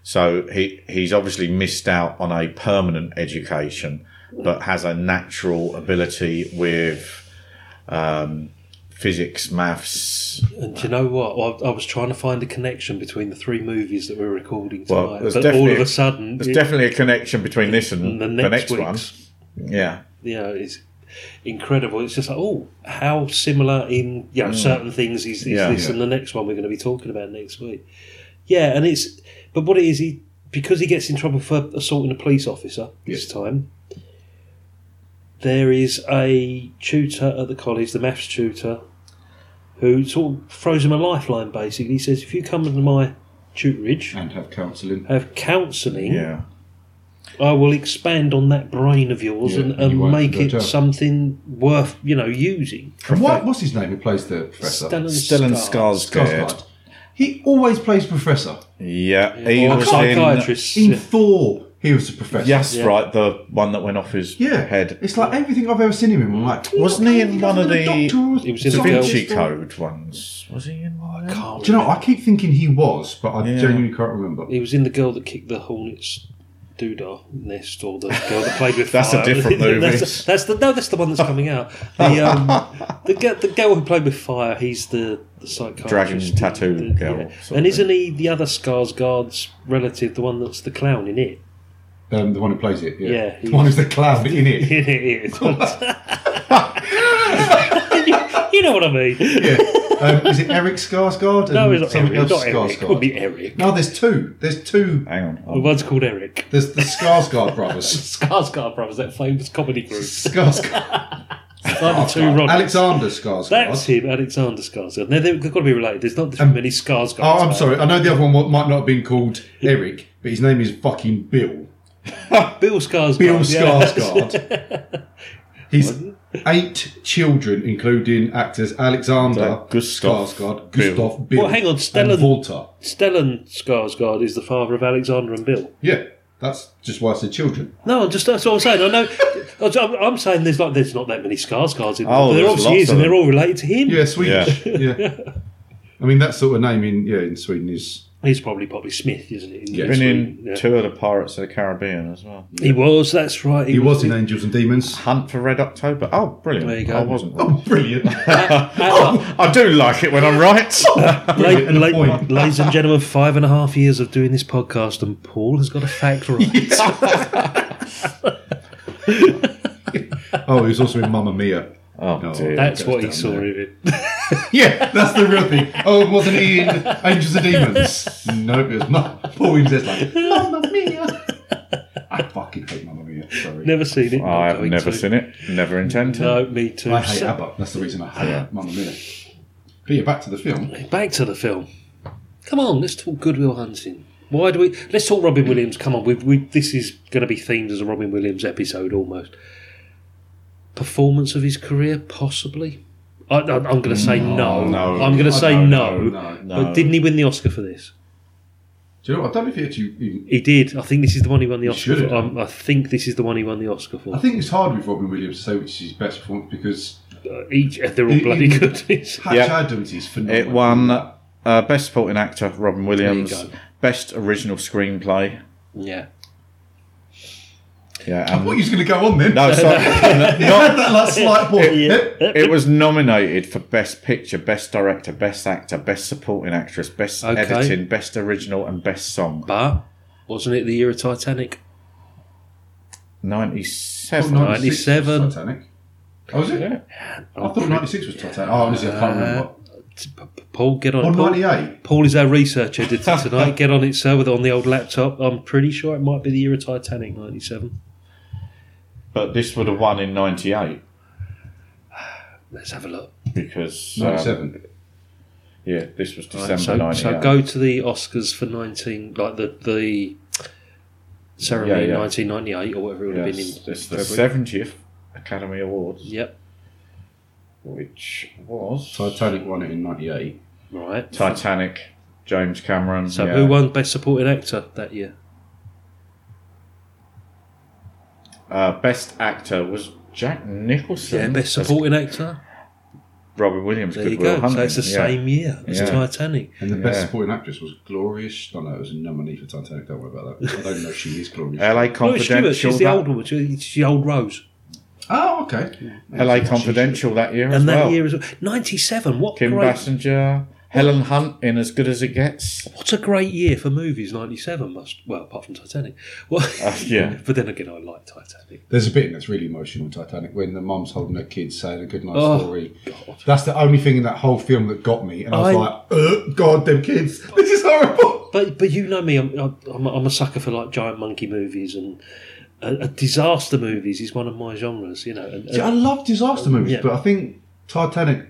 Speaker 4: So he he's obviously missed out on a permanent education, but has a natural ability with um, physics, maths.
Speaker 3: And do you know what? I, I was trying to find a connection between the three movies that we're recording tonight,
Speaker 4: Well, there's
Speaker 3: but all
Speaker 4: definitely-
Speaker 3: of a sudden,
Speaker 4: There's
Speaker 3: it-
Speaker 4: definitely a connection between this and
Speaker 3: the
Speaker 4: the
Speaker 3: next,
Speaker 4: next,
Speaker 3: week's
Speaker 4: one. Yeah.
Speaker 3: you know, it's incredible. It's just like, oh, how similar in you know certain things is, is
Speaker 4: Mm. Yeah.
Speaker 3: this and the next one we're going to be talking about next week. Yeah, and it's but what it is, he because he gets in trouble for assaulting a police officer this time. There is a tutor at the college, the maths tutor, who sort of throws him a lifeline. Basically, he says, "If you come into my tutorage,
Speaker 5: and have counselling.
Speaker 3: have counselling,
Speaker 4: Yeah.
Speaker 3: I will expand on that brain of yours
Speaker 5: Yeah,
Speaker 3: and,
Speaker 5: and you
Speaker 3: and
Speaker 5: won't
Speaker 3: make
Speaker 5: go
Speaker 3: it
Speaker 5: down.
Speaker 3: something worth, you know, using.
Speaker 5: And what, what's his name who plays the professor?
Speaker 3: Stellan,
Speaker 4: Stellan
Speaker 3: Skarsgård.
Speaker 4: Skarsgård.
Speaker 5: Skarsgård. He always plays professor.
Speaker 4: Yeah, he
Speaker 3: Or
Speaker 4: was in.
Speaker 3: Oh, psychiatrist.
Speaker 5: In Thor, he was the professor.
Speaker 4: Yes,
Speaker 3: Yeah.
Speaker 4: right, the one that went off his
Speaker 5: Yeah.
Speaker 4: head.
Speaker 5: It's like everything I've ever seen him in. I'm like,
Speaker 4: Wasn't he in one of
Speaker 5: a
Speaker 4: the-
Speaker 5: doctor or-
Speaker 3: He was in
Speaker 4: The
Speaker 3: the
Speaker 4: Da Vinci
Speaker 5: Doctor?
Speaker 4: Code ones. Was he in one? of them?
Speaker 5: Do you know? I keep thinking he was, but I
Speaker 4: Yeah.
Speaker 5: genuinely can't remember.
Speaker 3: He was in the girl that kicked the hornet's doodah nest, or the girl that played with
Speaker 4: That's a
Speaker 3: fire.
Speaker 4: different movie.
Speaker 3: that's, that's the no, that's the one that's coming out. The, um, the, girl, the girl who played with fire. He's the, the psychiatrist.
Speaker 4: Dragon tattoo
Speaker 3: The-
Speaker 4: girl, sort of
Speaker 3: And isn't
Speaker 4: thing.
Speaker 3: he the other Skarsgård's relative, the one that's the clown in it?
Speaker 5: Um, the one who plays it. Yeah.
Speaker 3: Yeah, he
Speaker 5: the one who's the clown in it.
Speaker 3: you know what I mean?
Speaker 5: Yeah. Um, is it Eric Skarsgård?
Speaker 3: No,
Speaker 5: and
Speaker 3: it's not
Speaker 5: somebody
Speaker 3: Eric,
Speaker 5: else
Speaker 3: not Eric,
Speaker 5: Skarsgård?
Speaker 3: it could be Eric.
Speaker 5: No, there's two. There's two.
Speaker 4: Hang on.
Speaker 3: The one's called Eric.
Speaker 5: There's the Skarsgård brothers.
Speaker 3: Skarsgård Brothers, that famous comedy group.
Speaker 5: Skarsgård.
Speaker 3: Like the two Roddicks.
Speaker 5: Alexander Skarsgård.
Speaker 3: That's him, Alexander Skarsgård. Now they've, got to be related. There's not this many Skarsgårds.
Speaker 5: Oh, I'm
Speaker 3: about.
Speaker 5: sorry. I know the other one wa- might not have been called Eric, but his name is fucking Bill.
Speaker 3: Bill Skarsgård.
Speaker 5: Bill
Speaker 3: Oh, yeah.
Speaker 5: Skarsgård. He's eight children, including actors Alexander
Speaker 4: So, Gustav,
Speaker 5: Skarsgård,
Speaker 4: Bill.
Speaker 5: Gustav Bill,
Speaker 3: Well, hang on,
Speaker 5: and
Speaker 3: Stellan-
Speaker 5: Volta.
Speaker 3: Stellan Skarsgård is the father of Alexander and Bill.
Speaker 5: Yeah, that's just why I said children.
Speaker 3: No, I'm just that's what I'm saying. I know. I'm, I'm saying there's like there's not that many Skarsgårds in.
Speaker 4: Oh,
Speaker 3: but there
Speaker 4: there's
Speaker 3: obviously
Speaker 4: lots
Speaker 3: is,
Speaker 4: of
Speaker 3: and
Speaker 4: them.
Speaker 3: they're all related to him.
Speaker 5: Yeah, Swedish. Yeah. I mean, that sort of name in yeah in Sweden is
Speaker 3: He's probably probably Smith, isn't he? in-
Speaker 5: Yeah.
Speaker 4: Been in
Speaker 3: Sweden, yeah.
Speaker 4: two of the Pirates of the Caribbean as well.
Speaker 3: He was. That's right.
Speaker 5: he was in Angels and Demons.
Speaker 4: Hunt for Red October. Oh, brilliant.
Speaker 3: There you go.
Speaker 4: I wasn't wrong.
Speaker 5: Oh, brilliant!
Speaker 4: I do like it when I'm right.
Speaker 3: La-
Speaker 5: Brilliant
Speaker 3: la-
Speaker 5: point.
Speaker 3: ladies and gentlemen, five and a half years of doing this podcast, and Paul has got a fact right.
Speaker 5: oh, he was also in Mamma Mia.
Speaker 4: oh,
Speaker 5: No.
Speaker 4: dear.
Speaker 3: That's
Speaker 5: Goes
Speaker 3: what he
Speaker 5: down
Speaker 3: saw
Speaker 5: there.
Speaker 3: of it.
Speaker 5: Yeah, that's the real thing. Oh, wasn't he in Angels and Demons? Nope, it was not. Paul Williams is like, Mamma Mia. I fucking hate Mamma Mia. Sorry.
Speaker 3: Never seen it.
Speaker 4: I have
Speaker 3: Going
Speaker 4: never
Speaker 3: to.
Speaker 4: seen it. Never intend to.
Speaker 3: No, me too.
Speaker 5: I hate
Speaker 3: So-
Speaker 5: ABBA. That's the reason I hate uh, Mamma Mia. But yeah, back to the film.
Speaker 3: Back to the film. Come on, let's talk Goodwill Hunting. Why do we? Let's talk Robin Williams. Come on, we, we, this is going to be themed as a Robin Williams episode almost. Performance of his career, possibly. I, I, I'm going to say no.
Speaker 4: no.
Speaker 3: I'm going to
Speaker 5: I
Speaker 3: say
Speaker 5: don't
Speaker 3: no.
Speaker 5: know, no,
Speaker 4: no.
Speaker 3: But didn't he win the Oscar for this?
Speaker 5: Do you know what? I don't know if he actually. Even,
Speaker 3: He did. I think this is the one he won the Oscar
Speaker 5: should have
Speaker 3: for. Um, I think this is the one he won the Oscar for.
Speaker 5: I think it's hard with Robin Williams to say which is his best performance because
Speaker 3: Uh, each, they're all
Speaker 5: He-
Speaker 3: bloody
Speaker 5: he-
Speaker 3: good. It's-
Speaker 5: Patch
Speaker 4: Yeah.
Speaker 5: Adams is phenomenal.
Speaker 4: It won uh, Best Supporting Actor, Robin Williams.
Speaker 3: go.
Speaker 4: Best Original Screenplay.
Speaker 3: yeah.
Speaker 4: Yeah,
Speaker 5: I
Speaker 4: and-
Speaker 5: thought he was going to go on then.
Speaker 4: no, sorry.
Speaker 5: He had that last slight point.
Speaker 3: Yeah.
Speaker 4: It was nominated for Best Picture, Best Director, Best Actor, Best Supporting Actress, Best
Speaker 3: Okay.
Speaker 4: Editing, Best Original, and Best Song.
Speaker 3: But wasn't it the year of Titanic?
Speaker 4: 97.
Speaker 3: Oh, 97.
Speaker 5: Titanic. Oh, was it?
Speaker 4: Yeah.
Speaker 5: I thought 96 was Titanic. Oh, honestly, I can't remember.
Speaker 3: P- P- Paul, get on.
Speaker 4: Oh,
Speaker 5: Or
Speaker 3: it, Paul.
Speaker 5: 98.
Speaker 3: Paul is our research editor tonight. Get on it, sir, with on the old laptop. I'm pretty sure it might be the year of Titanic, ninety-seven.
Speaker 4: But this would have won in 98
Speaker 3: Let's have a look.
Speaker 4: because. um,
Speaker 5: 97.
Speaker 4: yeah, this was
Speaker 3: Right,
Speaker 4: December
Speaker 3: so,
Speaker 4: 98.
Speaker 3: so go to the Oscars for nineteen, like the the ceremony
Speaker 4: Yeah, yeah.
Speaker 3: in nineteen ninety-eight or whatever it would have been
Speaker 4: yes,
Speaker 3: in
Speaker 4: it's the
Speaker 3: February.
Speaker 4: 70th Academy Awards,
Speaker 3: Yep.
Speaker 4: which was.
Speaker 5: Titanic won it in 98.
Speaker 3: Right.
Speaker 4: Titanic, James Cameron.
Speaker 3: So
Speaker 4: yeah.
Speaker 3: who won Best Supporting Actor that year?
Speaker 4: Uh, best actor was Jack Nicholson.
Speaker 3: Yeah, Best
Speaker 4: That's
Speaker 3: Supporting Actor.
Speaker 4: Robin Williams.
Speaker 3: There you
Speaker 4: Goodwill
Speaker 3: go.
Speaker 4: Hunting.
Speaker 3: so it's the
Speaker 4: yeah.
Speaker 3: same year as
Speaker 4: Yeah.
Speaker 3: Titanic.
Speaker 5: And the best
Speaker 4: Yeah.
Speaker 5: supporting actress was Gloria. Sh- No, no, it was a nominee for Titanic. Don't worry about that. I don't know if she is Gloria.
Speaker 4: LA
Speaker 3: Louis Stewart,
Speaker 4: Confidential.
Speaker 3: she's the
Speaker 4: that-
Speaker 3: old one. She's she's the old Rose.
Speaker 5: Oh, okay.
Speaker 4: LA Confidential that year as
Speaker 3: And that
Speaker 4: well.
Speaker 3: year is 97. What
Speaker 4: Kim
Speaker 3: great
Speaker 4: Bassinger, Helen Hunt in As Good as It Gets.
Speaker 3: What a great year for movies. '97 must well, apart from Titanic. Well,
Speaker 4: Uh, yeah.
Speaker 3: But then again, I like Titanic.
Speaker 5: There's a bit that's really emotional in Titanic when the mum's holding her kids saying a goodnight
Speaker 3: Oh,
Speaker 5: story. That's the only thing in that whole film that got me. And I was
Speaker 3: I-
Speaker 5: like, Ugh, God, them kids. This is horrible.
Speaker 3: But but you know me, I'm I'm, I'm a sucker for like giant monkey movies and uh, uh, disaster movies is one of my genres. You know, and,
Speaker 5: See, I love disaster movies,
Speaker 3: Yeah.
Speaker 5: but I think Titanic.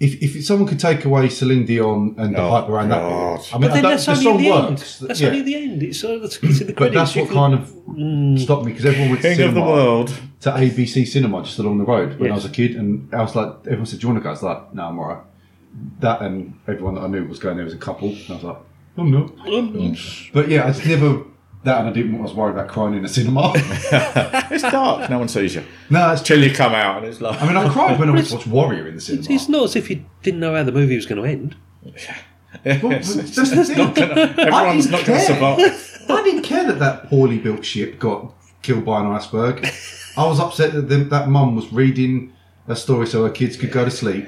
Speaker 5: If, if someone could take away Celine Dion and the
Speaker 4: Oh,
Speaker 5: hype around that,
Speaker 4: God.
Speaker 5: period, I mean,
Speaker 3: but
Speaker 5: I
Speaker 3: then
Speaker 5: don't,
Speaker 3: that's
Speaker 5: the
Speaker 3: only
Speaker 5: song
Speaker 3: the
Speaker 5: works.
Speaker 3: end. That's
Speaker 5: yeah.
Speaker 3: only the end. It's, uh, it's in the
Speaker 5: but
Speaker 3: credits.
Speaker 5: that's
Speaker 3: you
Speaker 5: what
Speaker 3: can-
Speaker 5: kind of stopped me because everyone went to
Speaker 4: Mm. King of the
Speaker 5: cinema.
Speaker 4: World.
Speaker 5: to ABC Cinema just along the road when I was a
Speaker 3: Yes.
Speaker 5: kid, and I was like, everyone said, "Do you want to go?" I was like, "No, I'm alright." That and everyone that I knew was going there was a couple, and I was like, "Oh no!"
Speaker 4: Mm.
Speaker 5: But yeah, I just never that, and I didn't. I was worried about crying in a cinema.
Speaker 4: It's dark. no one sees you.
Speaker 5: no, it's true.
Speaker 4: Till you come out and it's like.
Speaker 5: I mean, I cried when I was watched Warrior in the cinema.
Speaker 3: It's not as if you didn't know how the movie was going to end.
Speaker 5: Well,
Speaker 4: Yes.
Speaker 5: that's the thing.
Speaker 4: Everyone's
Speaker 5: didn't
Speaker 4: not going to
Speaker 5: care.
Speaker 4: survive.
Speaker 5: I didn't care that that poorly built ship got killed by an iceberg. I was upset that them that mum was reading a story so her kids could go to sleep,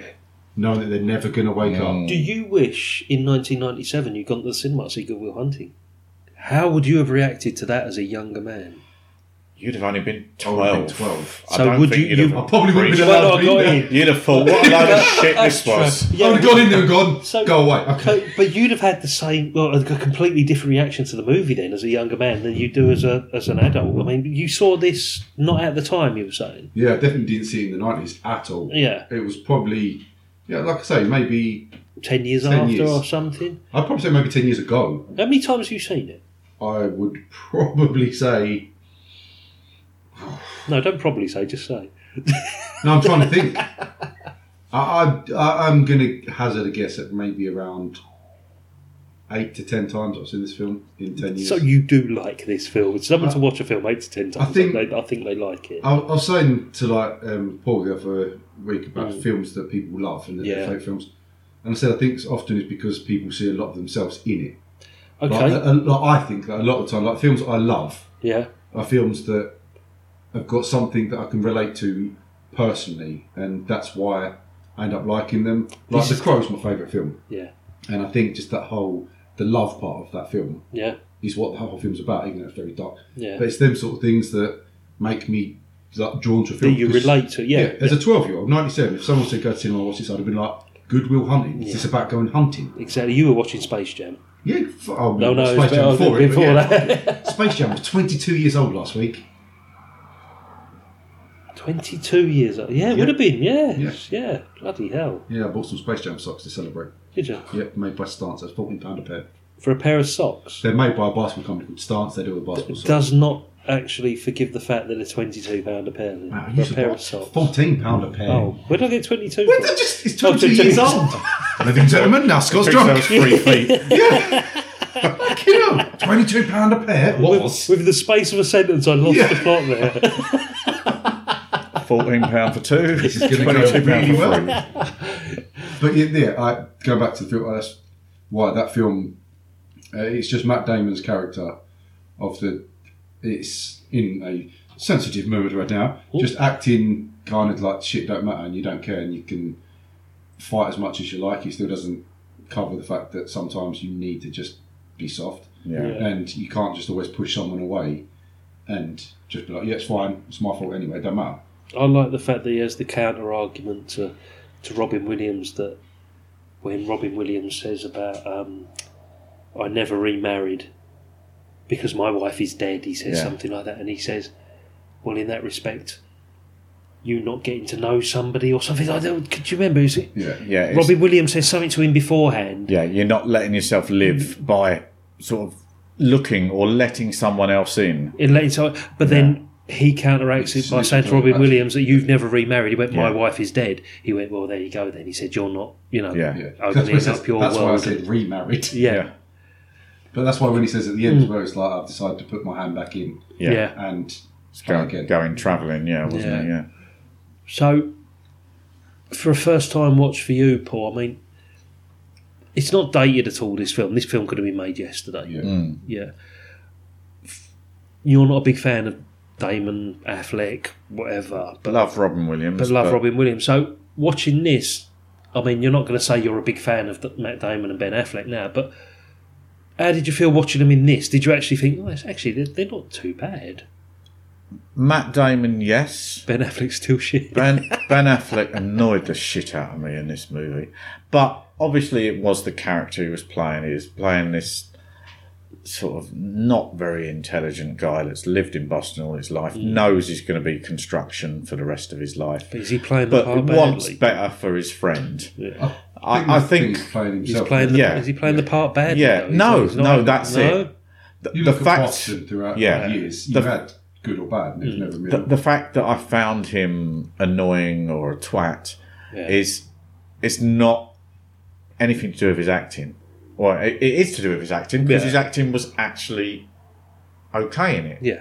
Speaker 5: knowing that they're never going to wake up.
Speaker 3: Do you wish in 1997 you'd gone to the cinema to see Goodwill Hunting? How would you have reacted to that as a younger man?
Speaker 4: You'd have only Oh, been
Speaker 5: I would have been
Speaker 4: twelve.
Speaker 5: 12.
Speaker 4: I
Speaker 3: So
Speaker 4: don't
Speaker 3: would
Speaker 4: think
Speaker 3: you-
Speaker 4: You'd
Speaker 3: you-
Speaker 4: have
Speaker 5: I probably wouldn't have been
Speaker 3: Well,
Speaker 5: allowed to
Speaker 3: I got
Speaker 5: be
Speaker 3: you.
Speaker 5: there.
Speaker 4: You'd have thought what a load of shit
Speaker 3: That's
Speaker 4: this was.
Speaker 3: true. Yeah,
Speaker 5: I would have gone in there and gone,
Speaker 3: So-
Speaker 5: go away. Okay.
Speaker 3: But, but you'd have had the same, well, a completely different reaction to the movie then as a younger man than you do as a as an adult. I mean, you saw this not at the time. You were saying,
Speaker 5: Yeah, I definitely didn't see it in the 90s at all.
Speaker 3: Yeah.
Speaker 5: It was probably, yeah, like I say, maybe,
Speaker 3: ten years
Speaker 5: 10
Speaker 3: after
Speaker 5: years.
Speaker 3: or something.
Speaker 5: I'd probably say maybe 10 years ago.
Speaker 3: How many times have you seen it?
Speaker 5: I would probably say,
Speaker 3: No, don't probably say, just say.
Speaker 5: no, I'm trying to think. I, I, I, I'm going to hazard a guess at maybe around eight to 10 times I've seen this film in 10 years.
Speaker 3: So you do like this film. It's someone to watch a film eight to ten times. I think
Speaker 5: think-
Speaker 3: they, I think they like it.
Speaker 5: I, I was saying to like um, Paul the other week about films that people love and their
Speaker 3: Mm. Yeah.
Speaker 5: favourite films, and I said I think it's often it's because people see a lot of themselves in it.
Speaker 3: Okay,
Speaker 5: Like, a, a, like I think that a lot of the time, like films I love
Speaker 3: yeah,
Speaker 5: are films that have got something that I can relate to personally, and that's why I end up liking them. Like
Speaker 3: This
Speaker 5: The
Speaker 3: is-
Speaker 5: Crow is my favourite film,
Speaker 3: yeah,
Speaker 5: and I think just that whole the love part of that film
Speaker 3: yeah,
Speaker 5: is what the whole film's about, even though it's very dark.
Speaker 3: yeah.
Speaker 5: But it's them sort of things that make me like drawn to a
Speaker 3: That
Speaker 5: film.
Speaker 3: you
Speaker 5: because-
Speaker 3: relate to, yeah.
Speaker 5: yeah, as a 12 year old, 97, if someone said go to cinema and watch this, I'd have been like, Goodwill Hunting. It's just about going hunting.
Speaker 3: Exactly. You were watching Space Jam.
Speaker 5: Yeah, f- oh,
Speaker 3: No, no,
Speaker 5: Space
Speaker 3: it's
Speaker 5: Jam
Speaker 3: about-
Speaker 5: before, it, but
Speaker 3: before
Speaker 5: yeah.
Speaker 3: that.
Speaker 5: Space Jam was 22 years old last week.
Speaker 3: Twenty-two years old. Yeah, it
Speaker 5: Yeah.
Speaker 3: would have been. Yes, yeah. Bloody hell!
Speaker 5: Yeah, I bought some Space Jam socks to celebrate.
Speaker 3: Did you
Speaker 5: Yep, made by Stance. That's £14 a pair.
Speaker 3: for a pair of socks?
Speaker 5: They're made by a bicycle company called Stance. They do all the bicycle
Speaker 3: It
Speaker 5: socks.
Speaker 3: does not actually forgive the fact that they're twenty-two pound a pair. then,
Speaker 5: Wow, I
Speaker 3: for
Speaker 5: used
Speaker 3: a
Speaker 5: to
Speaker 3: pair
Speaker 5: buy
Speaker 3: of socks.
Speaker 5: £14 a pair.
Speaker 3: Oh, where did I get twenty-two?
Speaker 5: Well,
Speaker 3: from?
Speaker 5: they're just, it's
Speaker 3: Oh,
Speaker 5: 22 years
Speaker 3: 22.
Speaker 5: old. Ladies and gentlemen, now Scott's
Speaker 4: Picks
Speaker 5: drunk.
Speaker 4: those three feet.
Speaker 5: Kill him. £22 a pair. What
Speaker 3: With, with the space of a sentence, I lost
Speaker 5: Yeah.
Speaker 3: the plot there.
Speaker 4: Fourteen pound for two.
Speaker 5: This is gonna go
Speaker 4: £22
Speaker 5: really
Speaker 4: for
Speaker 5: well.
Speaker 4: three.
Speaker 5: But yeah, yeah I go back to the film. That's why that film. Uh, it's just Matt Damon's character of the. It's in a sensitive moment right now. Just acting kind of like shit don't matter and you don't care and you can fight as much as you like. It still doesn't cover the fact that sometimes you need to just be soft
Speaker 4: Yeah.
Speaker 3: Yeah.
Speaker 5: and you can't just always push someone away and just be like, yeah, it's fine, it's my fault anyway, don't matter.
Speaker 3: I like the fact that he has the counter argument to, to Robin Williams that when Robin Williams says about um, I never remarried because my wife is dead, he says
Speaker 4: Yeah.
Speaker 3: something like that, and he says, well, in that respect, you not getting to know somebody or something like that. Could you remember? Is it
Speaker 5: Yeah.
Speaker 4: Yeah, it's-
Speaker 3: Robin Williams says something to him beforehand?
Speaker 4: yeah, you're not letting yourself
Speaker 5: Mm.
Speaker 4: live by sort of looking or letting someone else in.
Speaker 3: in later time. But then he counteracts it
Speaker 5: It's
Speaker 3: by saying to Robin
Speaker 5: literally like-
Speaker 3: Williams that you've never remarried. He went, "My
Speaker 4: Yeah.
Speaker 3: wife is dead." He went, "Well, there you go." Then he said, "You're not, you know,
Speaker 4: Yeah.
Speaker 5: Yeah. That's,
Speaker 3: opening
Speaker 5: why I said-
Speaker 3: up your
Speaker 5: that's why I
Speaker 3: world."
Speaker 5: said remarried.
Speaker 3: yeah.
Speaker 4: Yeah.
Speaker 5: But that's why when he says at the end, as
Speaker 4: Hmm.
Speaker 5: well, it's like I've decided to put my hand back in
Speaker 3: yeah,
Speaker 5: and
Speaker 4: Go-
Speaker 5: again.
Speaker 4: going travelling, yeah, wasn't
Speaker 3: Yeah.
Speaker 4: it? Yeah.
Speaker 3: So, for a first-time watch for you, Paul, I mean, it's not dated at all. This film, this film could have been made yesterday.
Speaker 5: Yeah.
Speaker 4: Mm.
Speaker 3: Yeah. You're not a big fan of Damon Affleck, whatever, but
Speaker 4: Love Robin Williams.
Speaker 3: but love Robin Williams. So watching this, I mean, you're not going to say you're a big fan of the- Matt Damon and Ben Affleck now, but how did you feel watching them in this? Did you actually think, well, it's actually they're, they're not too bad?
Speaker 4: Matt Damon, yes.
Speaker 3: Ben Affleck's still shit.
Speaker 4: Ben, ben Affleck annoyed the shit out of me in this movie. But obviously, it was the character he was playing. He was playing this sort of not very intelligent guy that's lived in Boston all his life,
Speaker 3: Mm.
Speaker 4: knows he's going to be construction for the rest of his life.
Speaker 3: Is he playing the
Speaker 4: but
Speaker 3: part
Speaker 4: wants
Speaker 3: badly?
Speaker 4: better for his friend.
Speaker 5: I,
Speaker 4: I, I think
Speaker 5: he's playing
Speaker 3: He's
Speaker 5: himself.
Speaker 3: playing the,
Speaker 4: Yeah.
Speaker 3: Is he playing the part badly?
Speaker 4: Yeah.
Speaker 3: though? He's
Speaker 4: No,
Speaker 3: not- he's not-
Speaker 4: no, that's
Speaker 3: no?
Speaker 4: it. the,
Speaker 5: you
Speaker 4: the
Speaker 5: look at
Speaker 4: fact
Speaker 5: Boston throughout
Speaker 4: yeah.
Speaker 5: the years.
Speaker 4: The- Hmm.
Speaker 5: You've had good or bad, and it's never
Speaker 4: the,
Speaker 5: middle.
Speaker 4: the fact that I found him annoying or a twat
Speaker 3: Yeah.
Speaker 4: is it's not anything to do with his acting. Well, it, it is to do with his acting because
Speaker 3: Yeah.
Speaker 4: his acting was actually okay in it.
Speaker 3: Yeah.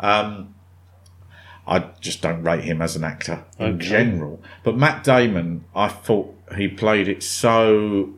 Speaker 4: Um, I just don't rate him as an actor in
Speaker 3: Okay.
Speaker 4: general. But Matt Damon, I thought he played it so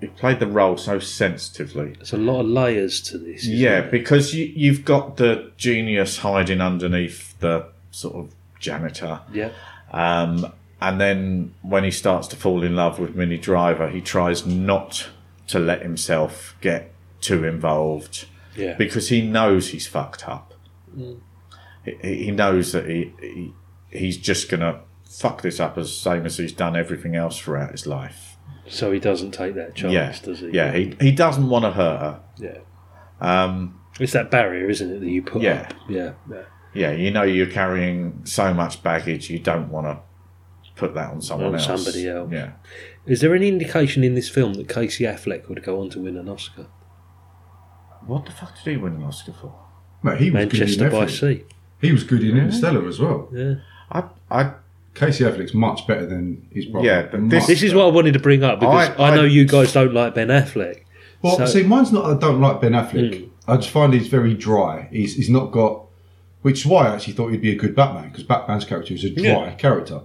Speaker 4: he played the role so sensitively.
Speaker 3: There's a lot of layers to this. isn't
Speaker 4: Yeah,
Speaker 3: there?
Speaker 4: because you, you've got the genius hiding underneath the sort of janitor.
Speaker 3: Yeah.
Speaker 4: Um, and then when he starts to fall in love with Minnie Driver, he tries not to let himself get too involved
Speaker 3: Yeah.
Speaker 4: because he knows he's fucked up. he he knows that he, he he's just gonna fuck this up as same as he's done everything else throughout his life.
Speaker 3: So he doesn't take that chance,
Speaker 4: yeah,
Speaker 3: does he?
Speaker 4: Yeah, he he doesn't want to hurt her.
Speaker 3: Yeah.
Speaker 4: Um,
Speaker 3: It's that barrier, isn't it, that you put
Speaker 4: Yeah.
Speaker 3: up? Yeah. yeah.
Speaker 4: yeah, you know you're carrying so much baggage, you don't want to put that on
Speaker 3: On
Speaker 4: someone else.
Speaker 3: somebody else.
Speaker 4: Yeah.
Speaker 3: Is there any indication in this film that Casey Affleck would go on to win an Oscar?
Speaker 4: What the fuck did he win an Oscar for?
Speaker 5: Mate, he was good in
Speaker 3: Manchester by
Speaker 5: everything.
Speaker 3: Sea.
Speaker 5: He was good in Interstellar as well.
Speaker 3: Yeah.
Speaker 4: I I
Speaker 5: Casey Affleck's much better than his brother.
Speaker 4: Yeah, but this-
Speaker 5: Much
Speaker 3: This is
Speaker 5: better.
Speaker 3: what I wanted to bring up because
Speaker 4: I-
Speaker 3: I, know
Speaker 4: I-
Speaker 3: you guys don't like Ben Affleck.
Speaker 5: Well,
Speaker 3: so-
Speaker 5: see, mine's not. I don't like Ben Affleck. I just find he's very dry. He's he's not got, which is why I actually thought he'd be a good Batman because Batman's character is a dry
Speaker 3: Yeah.
Speaker 5: character.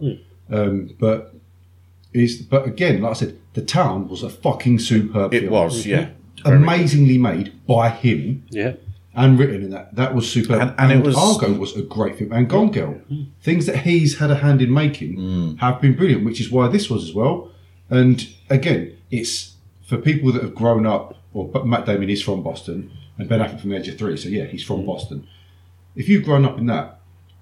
Speaker 5: Um, but he's but again, like I said, the town was a fucking superb.
Speaker 4: it
Speaker 5: film.
Speaker 4: was yeah, very good.
Speaker 5: amazingly made by him
Speaker 3: Yeah.
Speaker 5: and written in that. That was superb.
Speaker 4: And- and it was-
Speaker 5: Argo was a great film. And Gone Girl, things that he's had a hand in making
Speaker 4: Mm.
Speaker 5: have been brilliant, which is why this was as well. And again, it's for people that have grown up. Or but Matt Damon is from Boston, and Ben Affleck from the age of three. So yeah, he's
Speaker 4: Mm.
Speaker 5: from Boston. If you've grown up in that,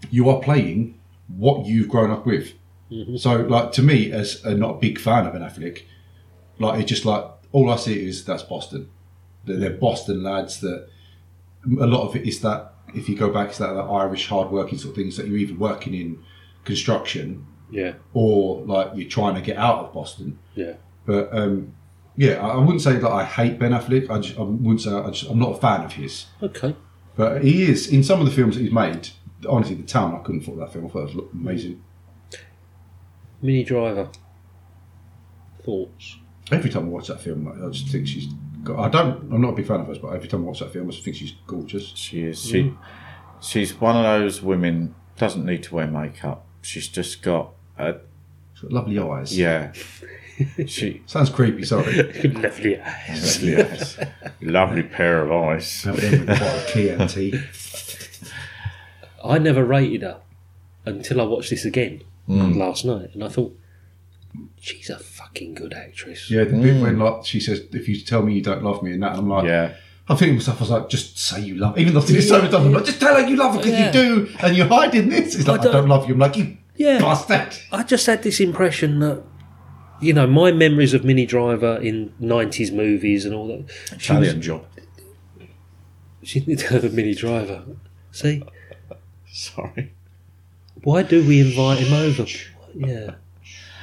Speaker 5: you are playing what you've grown up with.
Speaker 4: Mm-hmm.
Speaker 5: So like to me, as a, not a big fan of Ben Affleck, like it's just like all I see is that's Boston. They're, they're Boston lads that a lot of it is that if you go back to that, that Irish hard working sort of things that you're either working in construction
Speaker 3: Yeah.
Speaker 5: or like you're trying to get out of Boston.
Speaker 3: Yeah.
Speaker 5: But um, yeah, I, I wouldn't say that I hate Ben Affleck. I, just, I wouldn't say I just, I'm not a fan of his.
Speaker 3: Okay.
Speaker 5: But he is in some of the films that he's made. Honestly, The Town, I couldn't fault that film. I thought it was amazing.
Speaker 3: Mini Driver. Thoughts?
Speaker 5: Every time I watch that film, I I just think she's. Got, I don't. I'm not a big fan of hers, but every time I watch that film, I just think she's gorgeous.
Speaker 4: She is. She,
Speaker 3: Mm.
Speaker 4: She's one of those women doesn't need to wear makeup. She's just got a
Speaker 5: She's got lovely eyes.
Speaker 4: yeah. she
Speaker 5: Sounds creepy. Sorry.
Speaker 3: Lovely eyes.
Speaker 4: yes. lovely pair of eyes.
Speaker 5: Have it in with a bottle of Chianti.
Speaker 3: I never rated her until I watched this again
Speaker 4: Hmm.
Speaker 3: last night, and I thought, she's a fucking good actress.
Speaker 5: Yeah, the bit when like she says, "If you tell me you don't love me," and that, and I'm like,
Speaker 4: Yeah.
Speaker 5: I'm thinking to myself, I was like, just say you love. Even though I've seen it so many times, I'm like, just tell her you love her because
Speaker 3: Yeah.
Speaker 5: you do, and you're hiding this. It's like I
Speaker 3: don't-
Speaker 5: don't, love you. I'm like, you
Speaker 3: Yeah.
Speaker 5: bastard.
Speaker 3: I just had this impression that, you know, my memories of Mini Driver in 90s movies and all that. She was,
Speaker 4: Italian job.
Speaker 3: she didn't have a Mini Driver. See?
Speaker 4: Sorry.
Speaker 3: Why do we invite him over? Yeah.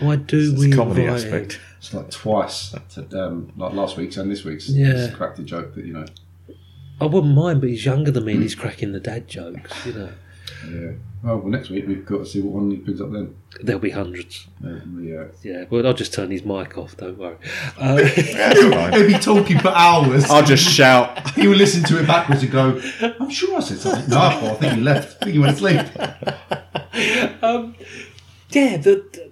Speaker 3: Why do
Speaker 4: It's
Speaker 3: we uh,
Speaker 4: a comedy
Speaker 3: invite
Speaker 4: aspect.
Speaker 3: him?
Speaker 5: It's like twice, to, um, like last week's and this week's.
Speaker 3: Yeah.
Speaker 5: it's cracked the joke that you know.
Speaker 3: I wouldn't mind, but he's younger than me and he's cracking the dad jokes, you know.
Speaker 5: Yeah. Oh well, next week we've got to see what one he brings up then.
Speaker 3: There'll be hundreds.
Speaker 5: Um, yeah.
Speaker 3: Yeah, well, I'll just turn his mic off, don't worry. Uh,
Speaker 5: He'll be talking for hours.
Speaker 4: I'll just shout.
Speaker 5: He will listen to it backwards and go, "I'm sure I said something." No, I think he left. I think he went to sleep.
Speaker 3: yeah, the, the-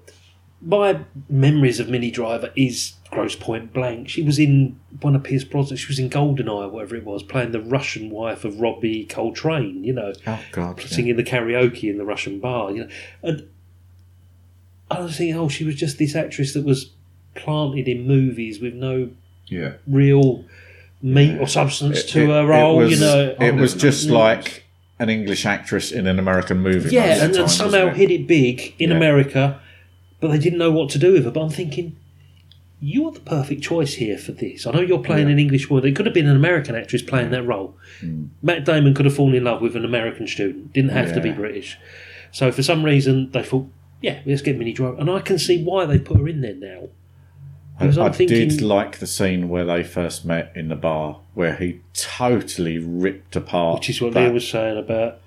Speaker 3: my memories of Mini Driver is gross point blank. She was in one of Pierce Brosnan. She was in Goldeneye, or whatever it was, playing the Russian wife of Robbie Coltrane. You know,
Speaker 4: Oh God. yeah.
Speaker 3: singing the karaoke in the Russian bar. You know, and I was thinking, oh, she was just this actress that was planted in movies with no
Speaker 5: Yeah.
Speaker 3: real meat or substance to
Speaker 4: It-
Speaker 3: her
Speaker 4: it
Speaker 3: role.
Speaker 4: was-
Speaker 3: you know, Oh,
Speaker 4: it was
Speaker 5: never
Speaker 4: just
Speaker 5: known.
Speaker 4: like an English actress in an American movie. most of
Speaker 3: Yeah,
Speaker 4: the
Speaker 3: and,
Speaker 4: time,
Speaker 3: and somehow
Speaker 4: wasn't it?
Speaker 3: hit it big in
Speaker 4: Yeah.
Speaker 3: America, but they didn't know what to do with her. But I'm thinking, you are the perfect choice here for this. I know you're playing an English woman. It could have been an American actress playing that role.
Speaker 4: Mm.
Speaker 3: Matt Damon could have fallen in love with an American student. Didn't have to be
Speaker 4: Yeah.
Speaker 3: British. So for some reason, they thought, yeah, let's get Minnie Driver. And I can see why they put her in there now. Because
Speaker 4: I,
Speaker 3: I'm
Speaker 4: I did
Speaker 3: thinking,
Speaker 4: like the scene where they first met in the bar, where he totally ripped apart
Speaker 3: which is what Leah
Speaker 4: that,
Speaker 3: was saying about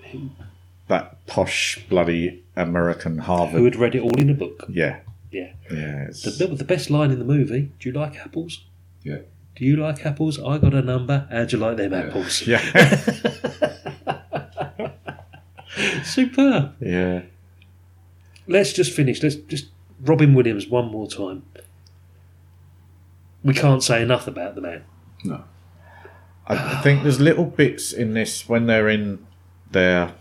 Speaker 4: that posh bloody American Harvard.
Speaker 3: who had read it all in a book.
Speaker 4: yeah,
Speaker 3: Yeah.
Speaker 4: yeah. It's,
Speaker 3: The, the best line in the movie, do you like apples?
Speaker 5: Yeah.
Speaker 3: Do you like apples? I got a number. How'd you like them apples?
Speaker 4: yeah,
Speaker 3: Superb.
Speaker 4: yeah.
Speaker 3: Let's just finish. Let's just Robin Williams one more time. We can't say enough about the man.
Speaker 5: No.
Speaker 4: I I think there's little bits in this when they're in their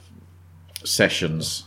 Speaker 4: sessions,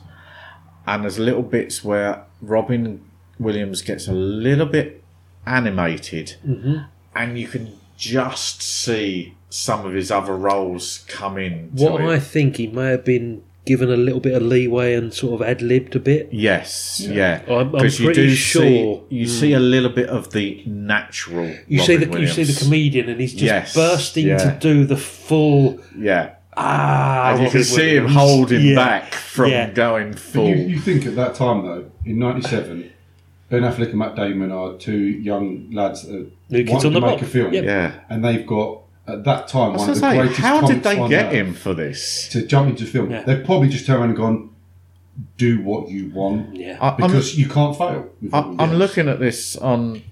Speaker 4: and there's little bits where Robin Williams gets a little bit animated,
Speaker 3: Mm-hmm.
Speaker 4: and you can just see some of his other roles come in. to
Speaker 3: What
Speaker 4: it.
Speaker 3: I think he may have been given a little bit of leeway and sort of ad libbed a bit.
Speaker 4: Yes, yeah.
Speaker 3: I'm- I'm
Speaker 4: 'Cause you
Speaker 3: pretty
Speaker 4: do
Speaker 3: sure-
Speaker 4: See, you
Speaker 3: Mm.
Speaker 4: see a little bit of the natural.
Speaker 3: You see the
Speaker 4: Robin
Speaker 3: you see
Speaker 4: Williams.
Speaker 3: the comedian, and he's just
Speaker 4: Yes,
Speaker 3: bursting
Speaker 4: yeah.
Speaker 3: to do the full
Speaker 4: Yeah.
Speaker 3: ah.
Speaker 4: and you
Speaker 3: Robin
Speaker 4: can see him
Speaker 3: Williams.
Speaker 4: holding
Speaker 3: Yeah.
Speaker 4: back from
Speaker 3: Yeah.
Speaker 4: going
Speaker 5: But
Speaker 4: full.
Speaker 5: you, you think at that time though, in '97, Ben Affleck and Matt Damon are two young lads that
Speaker 3: New Kids
Speaker 5: want
Speaker 3: on
Speaker 5: to
Speaker 3: the
Speaker 5: make
Speaker 3: Block.
Speaker 5: a film,
Speaker 3: Yep.
Speaker 4: Yeah.
Speaker 5: and they've got at that
Speaker 4: I
Speaker 5: time
Speaker 4: was
Speaker 5: one of the
Speaker 4: gonna say,
Speaker 5: greatest.
Speaker 4: how did
Speaker 5: comics
Speaker 4: they
Speaker 5: on
Speaker 4: get
Speaker 5: earth
Speaker 4: him for this?
Speaker 5: to jump into film?
Speaker 3: Yeah.
Speaker 5: They've probably just turned around and gone, "Do what you want,"
Speaker 3: Yeah.
Speaker 4: I, I'm,
Speaker 5: because you can't fail. with
Speaker 4: I,
Speaker 5: Robin
Speaker 4: I'm
Speaker 5: Williams.
Speaker 4: looking at this on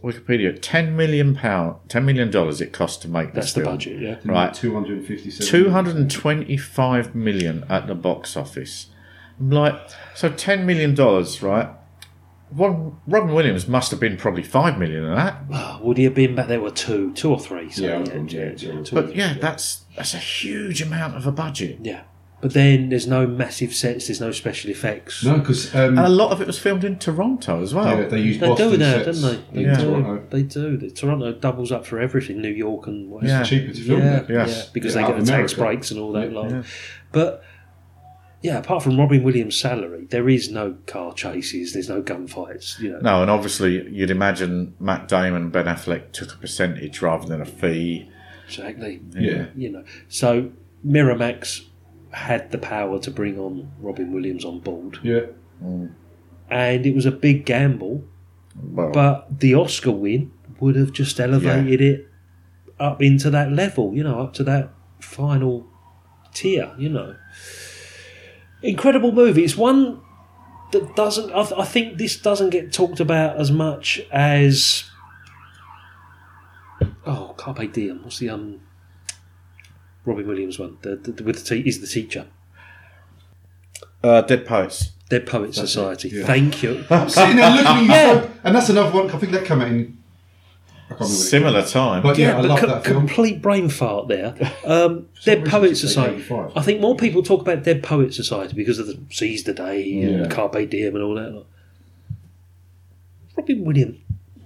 Speaker 4: Wikipedia. Ten million pound, ten million dollars it cost to make this
Speaker 3: That's the
Speaker 4: film.
Speaker 3: budget, yeah.
Speaker 4: right?
Speaker 5: Two hundred and fifty-seven.
Speaker 4: 225 million at the box office. I'm like, so 10 million dollars, right? Robin Robin Williams must have been probably 5 million of that.
Speaker 3: Ah, would he have been back there were two, two or three? So
Speaker 5: Yeah,
Speaker 3: yeah,
Speaker 5: yeah, yeah.
Speaker 3: two or
Speaker 4: But yeah, that's that's a huge amount of a budget.
Speaker 3: Yeah. But then there's no massive sets, there's no special effects.
Speaker 5: No, because um,
Speaker 3: Hmm.
Speaker 4: And a lot of it was filmed in Toronto as well.
Speaker 5: yeah, they use
Speaker 3: They
Speaker 5: Boston
Speaker 3: do that,
Speaker 5: sets
Speaker 3: don't they? They
Speaker 5: in
Speaker 4: Yeah.
Speaker 3: do.
Speaker 5: Toronto.
Speaker 3: They do. The Toronto doubles up for everything, New York and whatever.
Speaker 4: Yeah.
Speaker 5: It's cheaper to film
Speaker 3: Yeah,
Speaker 5: there.
Speaker 4: Yes.
Speaker 3: yeah, because
Speaker 5: Yeah,
Speaker 3: they get the tax
Speaker 5: America.
Speaker 3: breaks and all that
Speaker 5: Yeah,
Speaker 3: lot. But yeah, apart from Robin Williams' salary, there is no car chases, there's no gunfights. You know,
Speaker 4: No, and obviously you'd imagine Matt Damon and Ben Affleck took a percentage rather than a fee.
Speaker 3: exactly.
Speaker 5: Yeah.
Speaker 3: You know, so Miramax had the power to bring on Robin Williams on board,
Speaker 5: Yeah.
Speaker 3: and it was a big gamble.
Speaker 4: Well,
Speaker 3: But the Oscar win would have just elevated it up into that level, you know, up to that final tier, you know. Incredible movie. It's one that doesn't, I, th- I think this doesn't get talked about as much as. Oh, Carpe Diem. What's the um, Robin Williams one? The, the, with the te- is the teacher.
Speaker 4: uh, Dead Poets.
Speaker 3: Dead Poets Society. Thank you.
Speaker 5: See, now look at you, and that's another one. I think that came out in. I can't remember. when it came out.
Speaker 4: Similar time.
Speaker 5: But yeah, I
Speaker 3: but
Speaker 5: love
Speaker 3: co-
Speaker 5: that film.
Speaker 3: complete brain fart there. Um, Dead
Speaker 5: reason,
Speaker 3: Poets
Speaker 5: it's
Speaker 3: Society.
Speaker 5: 85.
Speaker 3: I think more people talk about Dead Poets Society because of the Seize the Day
Speaker 5: Yeah.
Speaker 3: and Carpe Diem and all that. lot. Robin Williams,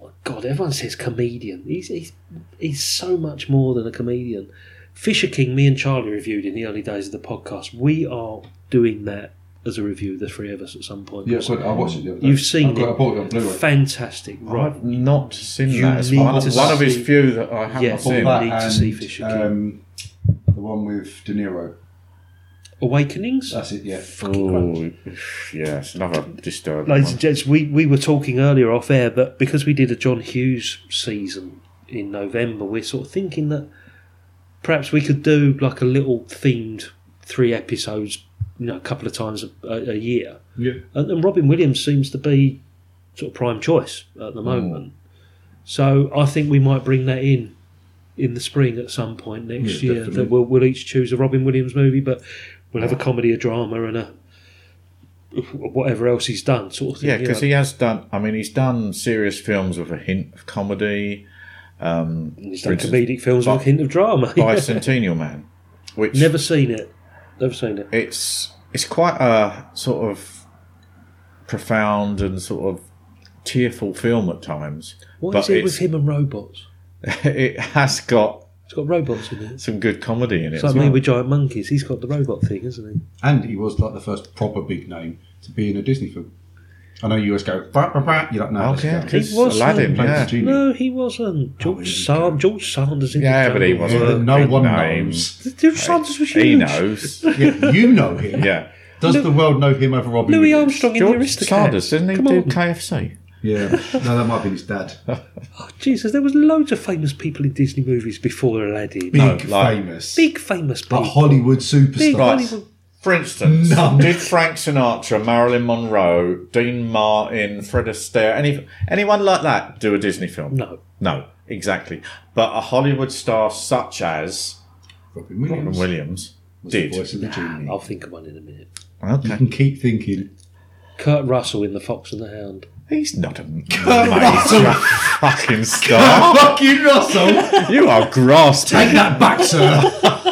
Speaker 3: my God, everyone says comedian. He's, he's, he's so much more than a comedian. Fisher King, me and Charlie reviewed in the early days of the podcast. We are doing that as a review, the three of us, at some point.
Speaker 5: Yeah, so I watched it the other day.
Speaker 3: You've seen
Speaker 5: I've
Speaker 3: it.
Speaker 5: got, I bought it on Blu-ray.
Speaker 3: Fantastic, right?
Speaker 4: I've not seen
Speaker 3: You
Speaker 4: that. It's
Speaker 3: need
Speaker 4: one,
Speaker 3: to
Speaker 4: one of
Speaker 3: see-
Speaker 4: his few that I haven't
Speaker 3: Yeah,
Speaker 5: Bought
Speaker 4: seen.
Speaker 5: that
Speaker 3: need to see Fisher King.
Speaker 5: Um, the one with De Niro.
Speaker 3: Awakenings.
Speaker 5: That's it. Yeah.
Speaker 4: Oh, yeah, it's another disturbing
Speaker 3: Ladies and
Speaker 4: one.
Speaker 3: gents, we, we were talking earlier off air, but because we did a John Hughes season in November, we're sort of thinking that perhaps we could do like a little themed three episodes, you know, a couple of times a, a, a year.
Speaker 5: Yeah.
Speaker 3: And, and Robin Williams seems to be sort of prime choice at
Speaker 4: Hmm.
Speaker 3: the moment. So I think we might bring that in in the spring at some point next
Speaker 5: Yeah,
Speaker 3: year.
Speaker 5: definitely.
Speaker 3: That we'll, we'll each choose a Robin Williams movie, but we'll have a comedy, a drama, and a whatever else he's done, sort of thing.
Speaker 4: Yeah,
Speaker 3: you
Speaker 4: because
Speaker 3: know.
Speaker 4: he has done. I mean, he's done serious films with a hint of comedy.
Speaker 3: he's
Speaker 4: for
Speaker 3: done
Speaker 4: instance,
Speaker 3: comedic films
Speaker 4: Bi-
Speaker 3: with a hint of drama.
Speaker 4: Bicentennial Man, which
Speaker 3: Never seen it. Never seen it.
Speaker 4: it's it's quite a sort of profound and sort of tearful film at times.
Speaker 3: What
Speaker 4: but
Speaker 3: is it with
Speaker 4: it's-
Speaker 3: him and robots?
Speaker 4: It has got
Speaker 3: It's got robots in it. It's
Speaker 4: some good comedy in it.
Speaker 3: like
Speaker 4: as
Speaker 3: me
Speaker 4: well.
Speaker 3: with giant monkeys. He's got the robot thing, isn't he?
Speaker 5: And he was like the first proper big name to be in a Disney film. I know you always go, bah, bah, bah. you're like, no,
Speaker 4: Okay,
Speaker 5: that's
Speaker 4: okay.
Speaker 5: good.
Speaker 4: It's Aladdin,
Speaker 3: um,
Speaker 4: yeah.
Speaker 3: No, he wasn't. George, Sand- George Sanders. In
Speaker 4: Oh, Yeah,
Speaker 3: the
Speaker 4: but he
Speaker 3: jungle.
Speaker 4: wasn't.
Speaker 5: No
Speaker 4: Big
Speaker 5: one
Speaker 4: name.
Speaker 5: knows.
Speaker 3: George Sanders was huge.
Speaker 4: He knows.
Speaker 5: Yeah, you know him.
Speaker 4: Yeah.
Speaker 5: Does the world know him over Robin
Speaker 3: Louis
Speaker 5: Williams?
Speaker 3: Armstrong in the
Speaker 4: George
Speaker 3: Aristocats.
Speaker 4: Sanders, didn't he
Speaker 3: Come
Speaker 4: do
Speaker 3: on.
Speaker 4: KFC?
Speaker 5: Yeah. No, that might be his dad.
Speaker 3: Oh, Jesus, there was loads of famous people in Disney movies before Aladdin.
Speaker 5: Big
Speaker 4: No, like-
Speaker 5: famous.
Speaker 3: Big famous
Speaker 5: A
Speaker 3: people.
Speaker 5: Hollywood
Speaker 3: Big
Speaker 5: superstar.
Speaker 4: Right.
Speaker 3: Hollywood.
Speaker 4: For instance,
Speaker 5: None.
Speaker 4: did Frank Sinatra, Marilyn Monroe, Dean Martin, Fred Astaire, any anyone like that do a Disney film?
Speaker 3: No.
Speaker 4: no, exactly. But a Hollywood star such as
Speaker 5: Robin
Speaker 4: Robin
Speaker 5: Williams.
Speaker 4: Williams
Speaker 5: was the
Speaker 4: did.
Speaker 5: voice of the genie.
Speaker 3: I'll think of one in a minute.
Speaker 5: You
Speaker 4: Okay,
Speaker 5: can keep thinking.
Speaker 3: Kurt Russell in The Fox and the Hound.
Speaker 4: he's not a major fucking star.
Speaker 5: Fuck you, Russell!
Speaker 4: You are grasping.
Speaker 5: Take that back, sir.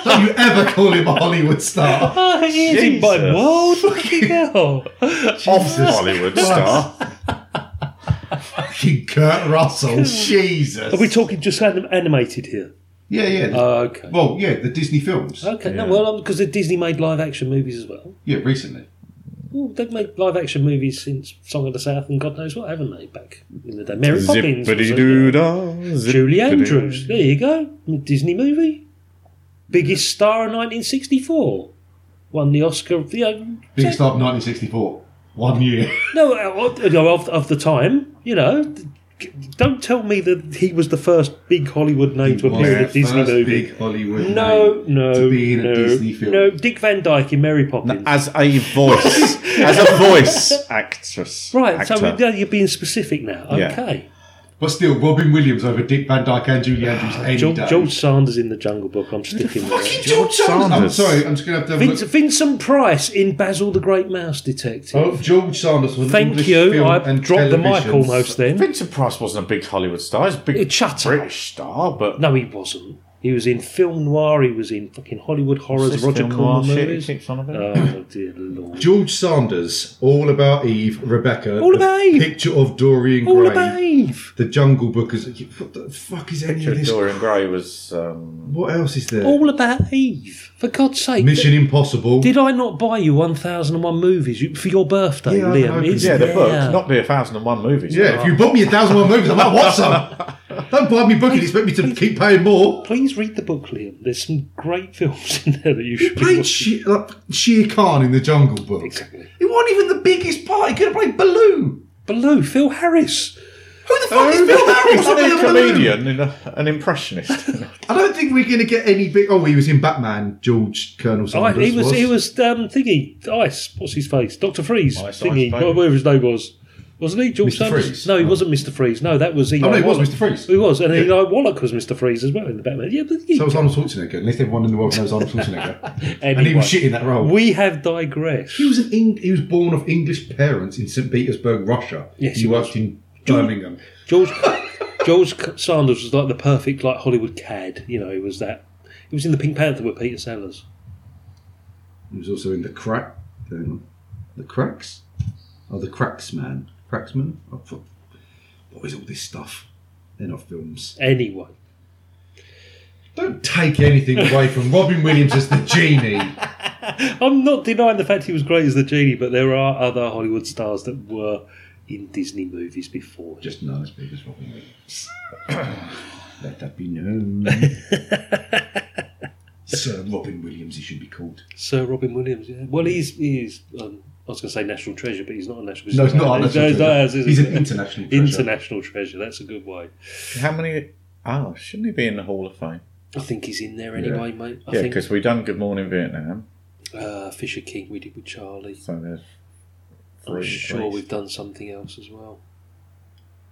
Speaker 5: Don't you ever call him a Hollywood star.
Speaker 3: Oh, he is in my
Speaker 4: Jesus.
Speaker 3: world. Fucking hell.
Speaker 4: Off Hollywood star.
Speaker 5: Fucking Kurt Russell. Jesus.
Speaker 3: Are we talking just anim- animated here?
Speaker 5: Yeah, yeah.
Speaker 3: Oh, okay.
Speaker 5: Well, yeah, the Disney films.
Speaker 3: Okay, no,
Speaker 4: Yeah.
Speaker 3: well, because Disney made live action movies as well.
Speaker 5: Yeah, recently.
Speaker 3: Well, they've made live action movies since Song of the South and God knows what, haven't they? Back in the day, Mary Poppins, was a- Julie Andrews. There you go, Disney movie, biggest star of 1964, won the Oscar. You know,
Speaker 5: Big Star 1964. One year.
Speaker 3: no, of, of, of the time, you know. Don't tell me that he was the first big Hollywood name to appear in a
Speaker 5: Was
Speaker 3: Disney
Speaker 5: first
Speaker 3: movie.
Speaker 5: big Hollywood
Speaker 3: No,
Speaker 5: name
Speaker 3: no,
Speaker 5: to be in
Speaker 3: no,
Speaker 5: a Disney film.
Speaker 3: no. Dick Van Dyke in Mary Poppins.
Speaker 4: As a voice, as a voice actress,
Speaker 3: right, so
Speaker 4: actor.
Speaker 3: yeah, you're being specific now.
Speaker 4: Yeah.
Speaker 3: Okay.
Speaker 5: But still, Robin Williams over Dick Van Dyke and Julie Andrews any
Speaker 3: George,
Speaker 5: day.
Speaker 3: George Sanders in the Jungle Book. I'm sticking with
Speaker 5: Fucking
Speaker 3: that.
Speaker 5: George Sanders. I'm
Speaker 4: Sanders.
Speaker 5: sorry, I'm just going to have to have a
Speaker 3: Vince,
Speaker 5: look.
Speaker 3: Vincent Price in Basil the Great Mouse Detective.
Speaker 5: Oh, George Sanders was an
Speaker 3: Thank
Speaker 5: English
Speaker 3: you.
Speaker 5: film
Speaker 3: I
Speaker 5: and
Speaker 3: dropped the mic
Speaker 5: television
Speaker 3: almost then.
Speaker 4: Vincent Price wasn't a big Hollywood star; he's a big
Speaker 3: Shut up.
Speaker 4: British star, but
Speaker 3: No, he wasn't. He was in film noir. He was in fucking Hollywood horrors,
Speaker 4: This
Speaker 3: Roger
Speaker 4: film noir
Speaker 3: Corman
Speaker 4: shit he
Speaker 3: movies.
Speaker 4: keeps on about.
Speaker 3: Oh dear lord!
Speaker 5: George Sanders, All About Eve, Rebecca,
Speaker 3: All
Speaker 5: The
Speaker 3: About Eve.
Speaker 5: Picture of Dorian Gray,
Speaker 3: All about Eve.
Speaker 5: The Jungle Book. Is, what the fuck is any of
Speaker 4: Richard
Speaker 5: this?
Speaker 4: Dorian Gray was. Um,
Speaker 5: What else is there?
Speaker 3: All about Eve. For God's sake!
Speaker 5: Mission Impossible.
Speaker 3: Did I not buy you 1001 movies you- for your birthday,
Speaker 5: Yeah, I
Speaker 3: Liam?
Speaker 5: hope
Speaker 3: It's
Speaker 5: you
Speaker 4: yeah, the
Speaker 3: there.
Speaker 4: book, not the 1001 movies.
Speaker 5: yeah, if you bought me a thousand one movies, I might watch some. Don't buy me book and expect me to keep paying more.
Speaker 3: Please read the book, Liam. There's some great films in there that you
Speaker 5: He
Speaker 3: should be
Speaker 5: played
Speaker 3: watching.
Speaker 5: Shere, like, Shere Khan in the Jungle Book.
Speaker 3: Exactly.
Speaker 5: He wasn't even the biggest part. He could have played Baloo.
Speaker 3: Baloo, Phil Harris.
Speaker 5: Who the fuck is Bill Harris?
Speaker 4: Wasn't he Oh, a
Speaker 5: Baloo?
Speaker 4: comedian and a, an impressionist?
Speaker 5: I don't think we're going to get any big. Oh, he was in Batman. George Colonel
Speaker 3: Oh,
Speaker 5: Sanders.
Speaker 3: he was, he was um, thingy ice. What's his face? Doctor Freeze.
Speaker 4: Ice,
Speaker 3: thingy.
Speaker 4: Ice Baby.
Speaker 3: whatever his name was. Wasn't he George
Speaker 5: Mr.
Speaker 3: Sanders?
Speaker 5: Freeze?
Speaker 3: No, he wasn't Mr. Freeze. No, that was Eli.
Speaker 5: Oh, no, he was
Speaker 3: Wallach.
Speaker 5: Mr. Freeze.
Speaker 3: He was, and
Speaker 5: Yeah.
Speaker 3: Eli Wallach was Mr. Freeze as well in the Batman. Yeah, but he,
Speaker 5: So was Arnold Schwarzenegger. At least everyone in the world knows Arnold Schwarzenegger.
Speaker 3: anyway,
Speaker 5: and he was shit in that role.
Speaker 3: We have digressed.
Speaker 5: he was an Eng- he was born of English parents in St Petersburg, Russia.
Speaker 3: Yes,
Speaker 5: he
Speaker 3: he
Speaker 5: worked in Birmingham.
Speaker 3: George George Sanders was like the perfect like Hollywood cad. You know, he was that. He was in the Pink Panther with Peter Sellers.
Speaker 5: He was also in the crack, the, the cracks, oh the cracksman, cracksman. Oh, fu- what is all this stuff? They're not films.
Speaker 3: Anyway,
Speaker 5: Don't take anything away from Robin Williams as the genie.
Speaker 3: I'm not denying the fact he was great as the genie, but there are other Hollywood stars that were in Disney movies before.
Speaker 5: Just not as big as Robin Williams. Let that be known. Sir Robin Williams, he should be called.
Speaker 3: Sir Robin Williams, yeah. Well, he's he's. Um, I was going to say national treasure, but he's not a national.
Speaker 5: No, he's not our national
Speaker 3: he's-
Speaker 5: treasure.
Speaker 3: he's- he's-
Speaker 5: He's an international treasure.
Speaker 3: International treasure. That's a good way.
Speaker 4: How many? Oh, shouldn't he be in the Hall of Fame?
Speaker 3: I think he's in there anyway, mate. I
Speaker 4: yeah,
Speaker 3: think
Speaker 4: because we done Good Morning Vietnam,
Speaker 3: uh, Fisher King we did with Charlie.
Speaker 4: so there's
Speaker 3: I'm
Speaker 4: three.
Speaker 3: sure
Speaker 4: at least.
Speaker 3: we've done something else as well.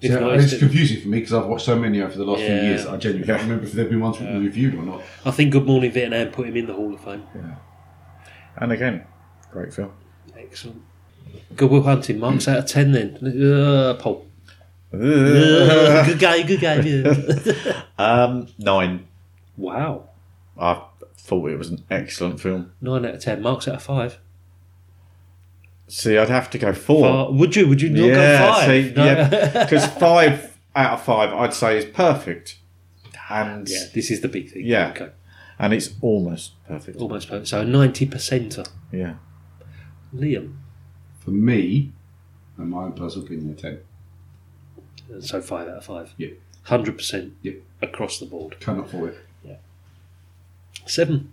Speaker 3: If
Speaker 5: Yeah,
Speaker 3: not,
Speaker 5: it's
Speaker 3: it's-
Speaker 5: confusing for me because I've watched so many over the last few
Speaker 3: Yeah.
Speaker 5: years. I genuinely can't remember if there have been ones we reviewed or not.
Speaker 3: I think Good Morning Vietnam put him in the Hall of Fame.
Speaker 4: And again, great film.
Speaker 3: Excellent. Good Will Hunting, marks out of 10 then. Uh, Paul. Uh, good guy, good guy. yeah.
Speaker 4: um, nine.
Speaker 3: wow.
Speaker 4: I thought it was an excellent film.
Speaker 3: 9 out of 10, marks out of 5.
Speaker 4: See, I'd have to go four.
Speaker 3: Uh, would you? Would you not go 5?
Speaker 4: see, yeah, because five out of five, I'd say is perfect, and
Speaker 3: Yeah, this is the big thing.
Speaker 4: Yeah.
Speaker 3: Okay.
Speaker 4: and it's almost perfect.
Speaker 3: Almost perfect. So a 90%er.
Speaker 4: Yeah,
Speaker 3: Liam.
Speaker 5: For me, and my own personal opinion, a 10.
Speaker 3: So 5 out of 5.
Speaker 5: Yeah.
Speaker 3: 100%
Speaker 5: Yeah.
Speaker 3: across the board.
Speaker 5: Cannot for it.
Speaker 3: 7.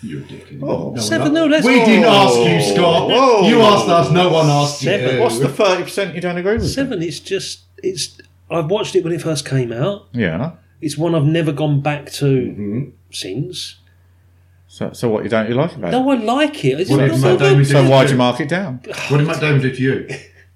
Speaker 5: You're a dick.
Speaker 4: Oh.
Speaker 5: one
Speaker 3: Seven,
Speaker 5: asked-
Speaker 3: no, let's-
Speaker 5: We didn't ask you,
Speaker 4: Whoa.
Speaker 5: Scott.
Speaker 4: Whoa.
Speaker 5: You asked us, no one asked
Speaker 3: Seven.
Speaker 5: you.
Speaker 4: what's the thirty percent you don't agree with?
Speaker 3: 7 is just. It's. I watched it when it first came out.
Speaker 4: Yeah.
Speaker 3: It's one I've never gone back to
Speaker 5: Mm-hmm.
Speaker 3: since.
Speaker 4: So, so what you don't you like about it?
Speaker 3: No, I like it. It's
Speaker 5: Well,
Speaker 3: not
Speaker 5: it's
Speaker 3: so
Speaker 5: my
Speaker 3: bad.
Speaker 5: David
Speaker 4: So
Speaker 5: David
Speaker 4: why'd
Speaker 5: David.
Speaker 4: you mark it down?
Speaker 5: What did Matt Damon do to you?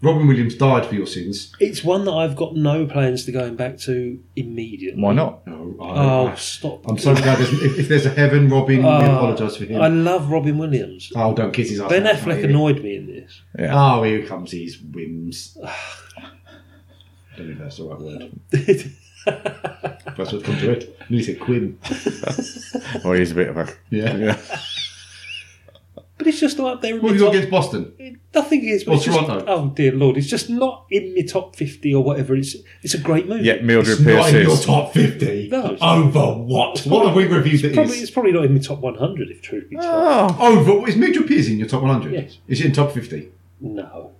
Speaker 5: Robin Williams died for your sins.
Speaker 3: It's one that I've got no plans to going back to immediately.
Speaker 4: Why not?
Speaker 5: No,
Speaker 3: Oh,
Speaker 5: I,
Speaker 3: stop.
Speaker 5: Mm.
Speaker 3: Oh,
Speaker 5: I'm so glad. There's, if, if there's a heaven, Robin, we apologise for him.
Speaker 3: I love Robin Williams.
Speaker 5: oh, don't kiss his ass.
Speaker 3: Ben
Speaker 5: mate.
Speaker 3: Affleck annoyed me in this.
Speaker 4: Yeah.
Speaker 5: Oh, here comes his whims. don't know if that's the right word. That's what's come to it. And he said quim.
Speaker 4: Well, he's a bit of a
Speaker 5: Yeah.
Speaker 4: yeah.
Speaker 3: But it's just not up there. in my
Speaker 5: What have you got
Speaker 3: top-
Speaker 5: against Boston?
Speaker 3: Nothing is. but
Speaker 5: Or
Speaker 3: it's just-
Speaker 5: Toronto?
Speaker 3: oh dear lord, it's just not in my top fifty or whatever. It's it's a great movie.
Speaker 4: Yet Mildred
Speaker 5: It's
Speaker 4: Pierce
Speaker 5: not in your
Speaker 4: is.
Speaker 5: top 50.
Speaker 3: No, it's-
Speaker 5: Over what?
Speaker 3: It's
Speaker 5: What have we reviewed
Speaker 3: It's
Speaker 5: that
Speaker 3: probably,
Speaker 5: is? Ah.
Speaker 3: it's probably not in my top one hundred if truth be told.
Speaker 4: Oh,
Speaker 5: Over. Is Mitchell Pierce in your top 100?
Speaker 3: Yes.
Speaker 5: Is it in top 50?
Speaker 3: No,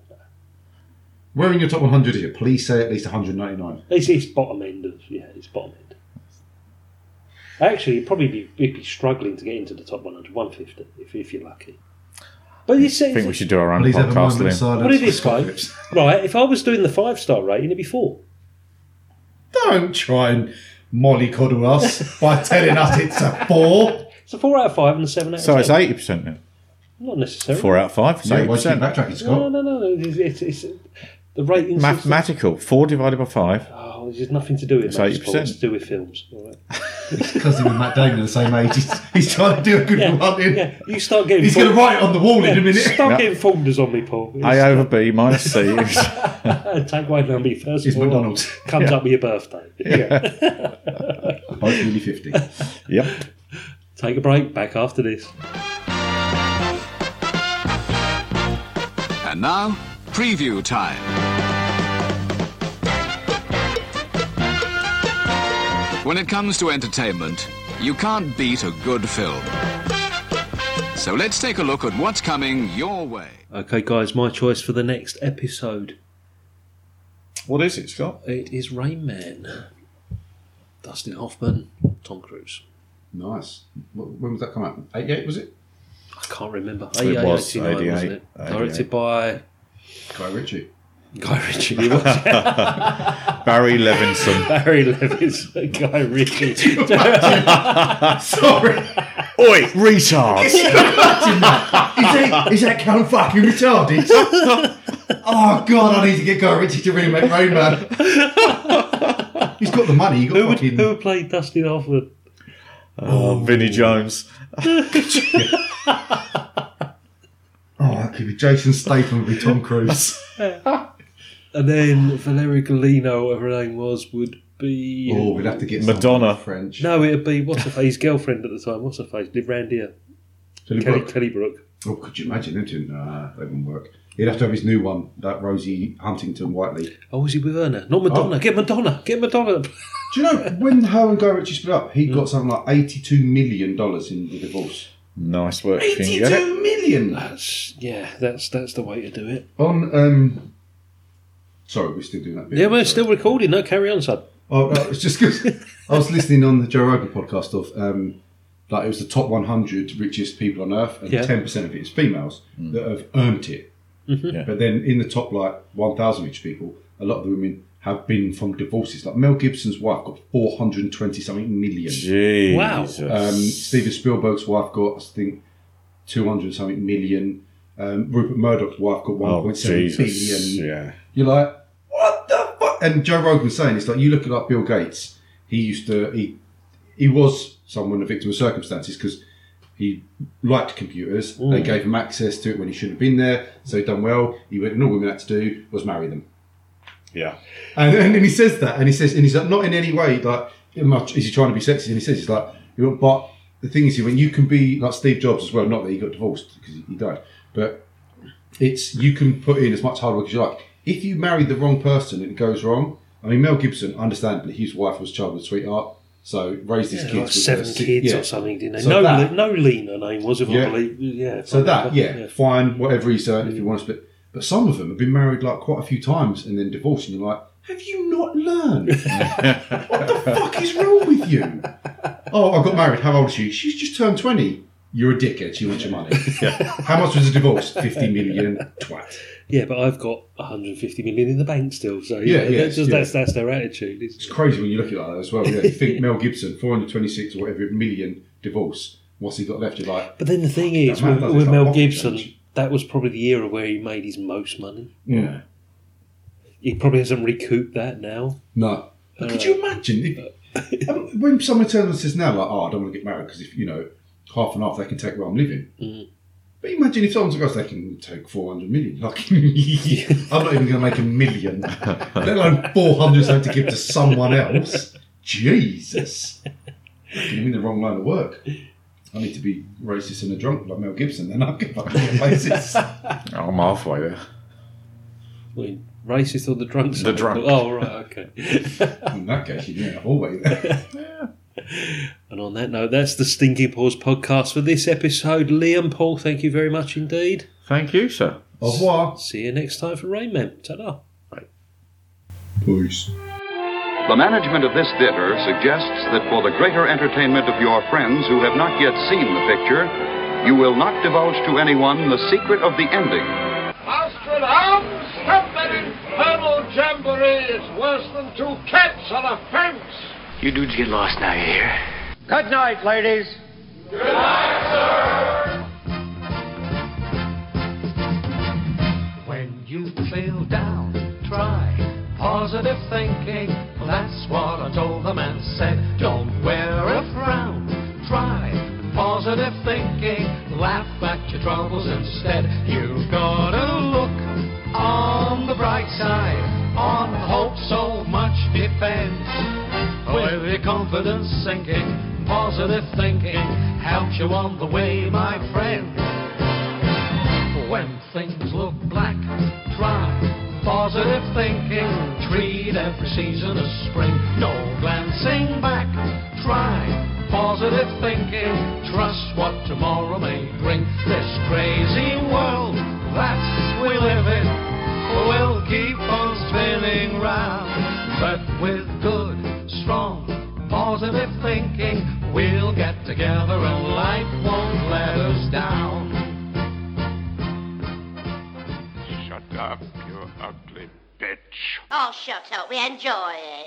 Speaker 5: Where in your top 100 is it? Please say at least 199.
Speaker 3: it's, it's bottom end of yeah, it's bottom end. Actually, it'd probably be, it'd be struggling to get into the top 100, 150 if, if you're lucky. But you see,
Speaker 4: I think we should do our own
Speaker 5: Please have a
Speaker 4: podcast,
Speaker 5: moment of
Speaker 4: Liam.
Speaker 5: silence.
Speaker 3: Put it
Speaker 5: for
Speaker 3: this way,
Speaker 5: Scott Phillips.
Speaker 3: right? If I was doing the five star rating, it'd be four.
Speaker 5: Don't try and mollycoddle us by telling us it's a four.
Speaker 3: It's a four out of five and a seven out
Speaker 4: So
Speaker 3: of
Speaker 4: it's
Speaker 3: ten.
Speaker 4: eighty percent now.
Speaker 3: Not necessarily.
Speaker 4: Four out of five. So
Speaker 5: Yeah,
Speaker 4: eighty
Speaker 5: why keep
Speaker 4: percent.
Speaker 5: backtracking,
Speaker 3: No,
Speaker 5: Scott?
Speaker 3: no, no, no. It's, it's, it's the ratings.
Speaker 4: Mathematical. Four divided by five.
Speaker 3: Oh, it's just nothing to do with
Speaker 4: It's
Speaker 3: that.
Speaker 4: 80%.
Speaker 3: It's to do with films. all right?
Speaker 5: Because him and Matt Damon are the same age. He's, he's trying to do a good
Speaker 3: Yeah,
Speaker 5: one. in.
Speaker 3: yeah. You start getting.
Speaker 5: He's going to
Speaker 3: fold-
Speaker 5: write it on the wall in a
Speaker 3: Yeah,
Speaker 5: minute.
Speaker 3: Start
Speaker 4: No.
Speaker 3: getting folders on me, Paul.
Speaker 4: A over B minus C.
Speaker 3: Tagline on me first.
Speaker 5: It's
Speaker 3: of all,
Speaker 5: McDonald's.
Speaker 3: Comes up with your birthday. Yeah.
Speaker 5: Both nearly 50.
Speaker 4: yep.
Speaker 3: Take a break. Back after this.
Speaker 10: And now, preview time. When it comes to entertainment, you can't beat a good film. So let's take a look at what's coming your way.
Speaker 3: Okay, guys, my choice for the next episode.
Speaker 4: What is it, Scott?
Speaker 3: It is Rain Man. Dustin Hoffman, Tom Cruise.
Speaker 5: Nice. Wh- When was that come out? 88, was it?
Speaker 3: I can't remember.
Speaker 4: It
Speaker 3: 88,
Speaker 4: was
Speaker 3: 89, wasn't
Speaker 4: 88,
Speaker 3: it? Directed
Speaker 4: 88.
Speaker 3: by
Speaker 5: Guy Ritchie.
Speaker 3: Guy Ritchie. It was
Speaker 4: Barry Levinson.
Speaker 3: Barry Levin's Guy Ritchie.
Speaker 5: Sorry.
Speaker 4: Oi, retard.
Speaker 5: Is that, is that Count fucking retarded? oh god, I need to get Guy Ritchie to remake Rain Man. He's got the money. He got
Speaker 3: who would
Speaker 5: fucking.
Speaker 3: who would play Dustin Hoffman?
Speaker 4: oh, Vinnie Jones.
Speaker 5: Oh, that could be Jason Statham would be Tom Cruise.
Speaker 3: And then Valeria Galino, whatever her name was, would be.
Speaker 5: oh, we'd have to get
Speaker 4: Madonna.
Speaker 5: someone French.
Speaker 3: No, it'd be what's her face, his girlfriend at the time. What's her face? Lived round here.
Speaker 5: Philip
Speaker 3: Kelly,
Speaker 5: Brook.
Speaker 3: Kelly Brook.
Speaker 5: Oh, could you imagine them two? Nah, they wouldn't work. He'd have to have his new one, that Rosie Huntington Whiteley. Do
Speaker 3: Oh, is he with her now? Not Madonna.
Speaker 5: Oh.
Speaker 3: Get Madonna. Get Madonna.
Speaker 5: you know when her and Guy Ritchie split up, he got something like eighty-two million dollars in the divorce.
Speaker 4: Nice work, Kingo.
Speaker 5: Eighty-two million.
Speaker 3: That's yeah. That's that's the way to do it.
Speaker 5: On um, sorry, we're still doing that. Bit
Speaker 3: Yeah, we're
Speaker 5: Sorry.
Speaker 3: still recording. No, carry on, son.
Speaker 5: Oh, no, it's just because I was listening on the Joe Rogan podcast of um, like it was the top 100 richest people on earth, and
Speaker 3: Yeah.
Speaker 5: 10% of it is females that have earned it.
Speaker 4: Hmm. Yeah.
Speaker 5: But then in the top like 1,000 rich people, a lot of the women have been from divorces. Like Mel Gibson's wife got 420 something million.
Speaker 4: Jesus.
Speaker 3: Wow.
Speaker 5: Um, Steven Spielberg's wife got, I think, 200 something million. Um, Rupert Murdoch's wife got one
Speaker 4: oh,
Speaker 5: point seven billion.
Speaker 4: Jesus. Yeah.
Speaker 5: You're like, what the fuck? And Joe Rogan was saying, it's like you look at like Bill Gates. He used to he he was someone a victim of circumstances because he liked computers. They gave him access to it when he shouldn't have been there. So he done well. He went, and all women had to do was marry them.
Speaker 4: Yeah.
Speaker 5: And, and then he says that, and he says, and he's like, not in any way like much. Is he trying to be sexy? And he says, he's like, you know, but the thing is, when you can be like Steve Jobs as well. Not that he got divorced because he died, but it's you can put in as much hard work as you like. If you marry the wrong person and it goes wrong, I mean, Mel Gibson, understandably, his wife was childhood sweetheart, so raised his kids
Speaker 3: like
Speaker 5: with her
Speaker 3: seven
Speaker 5: si-
Speaker 3: kids
Speaker 5: yeah.
Speaker 3: or something, didn't they?
Speaker 5: So
Speaker 3: no,
Speaker 5: that-
Speaker 3: Le- no lean her name was, if I
Speaker 5: Yeah.
Speaker 3: believe. Yeah. if
Speaker 5: So
Speaker 3: I
Speaker 5: that,
Speaker 3: remember.
Speaker 5: yeah, Mm. fine, whatever he's earned, if you want to split. But some of them have been married like quite a few times and then divorced, and you're like, have you not learned? what the fuck is wrong with you? Oh, I got married. How old is she? She's just turned 20. You're a dickhead. She wants your money. How much was the divorce? 50 million. Twat.
Speaker 3: Yeah, but I've got 150 million in the bank still. So
Speaker 5: Yeah,
Speaker 3: yeah, that's,
Speaker 5: yes,
Speaker 3: just,
Speaker 5: yeah.
Speaker 3: that's that's their attitude. It's-
Speaker 5: It's crazy when you look at it like that as well. Yeah, you think Mel Gibson, 426 or whatever million divorce. What's he got left? You're like,
Speaker 3: But then the thing is,
Speaker 5: That man
Speaker 3: with,
Speaker 5: does it
Speaker 3: with
Speaker 5: like
Speaker 3: Mel
Speaker 5: pocket
Speaker 3: Gibson,
Speaker 5: change.
Speaker 3: that was probably the era where he made his most money.
Speaker 5: yeah.
Speaker 3: He probably hasn't recouped that now.
Speaker 5: No. But could you imagine if, um, when someone turns and says now, like, oh, I don't want to get married because if you know half and half they can take where I'm living. But imagine if someone goes, they can take four hundred million. Like, I'm not even going to make a million, let alone four hundred something to give to someone else. Jesus, Fucking, I'm in the wrong line of work. I need to be racist and a drunk like Mel Gibson, then I'll get fucking racist.
Speaker 4: I'm halfway there.
Speaker 3: What, you- racist or the drunk? side?
Speaker 4: drunk.
Speaker 3: Oh, right, okay.
Speaker 5: In that case, you're in a hallway there.
Speaker 3: and on that note, that's the Stinky Paws podcast for this episode. Liam, Paul, thank you very much indeed.
Speaker 4: Thank you, sir.
Speaker 5: Au revoir.
Speaker 3: See you next time for Rain Man. Ta-da.
Speaker 5: Peace.
Speaker 10: The management of this theater suggests that for the greater entertainment of your friends who have not yet seen the picture, you will not divulge to anyone the secret of the ending.
Speaker 2: Astrid, stop that infernal jamboree. It's worse than two cats on a fence.
Speaker 9: You dudes get lost now, you hear?
Speaker 2: Good night, ladies.
Speaker 8: When you feel down, try positive thinking. That's what I told the man said. Don't wear a frown. Try positive thinking. Laugh at your troubles instead. You've gotta look on the bright side. On hope so much depends. With your confidence sinking, positive thinking helps you on the way, my friend. When things look black, try positive thinking. Treat every season as spring. No glancing back. Try positive thinking. Trust what tomorrow may bring. This crazy world that we live in will keep on spinning round. But with good, strong, positive thinking, we'll get together and life won't let us down.
Speaker 2: Shut up, you ugly bitch.
Speaker 11: Oh, shut up. We enjoy it.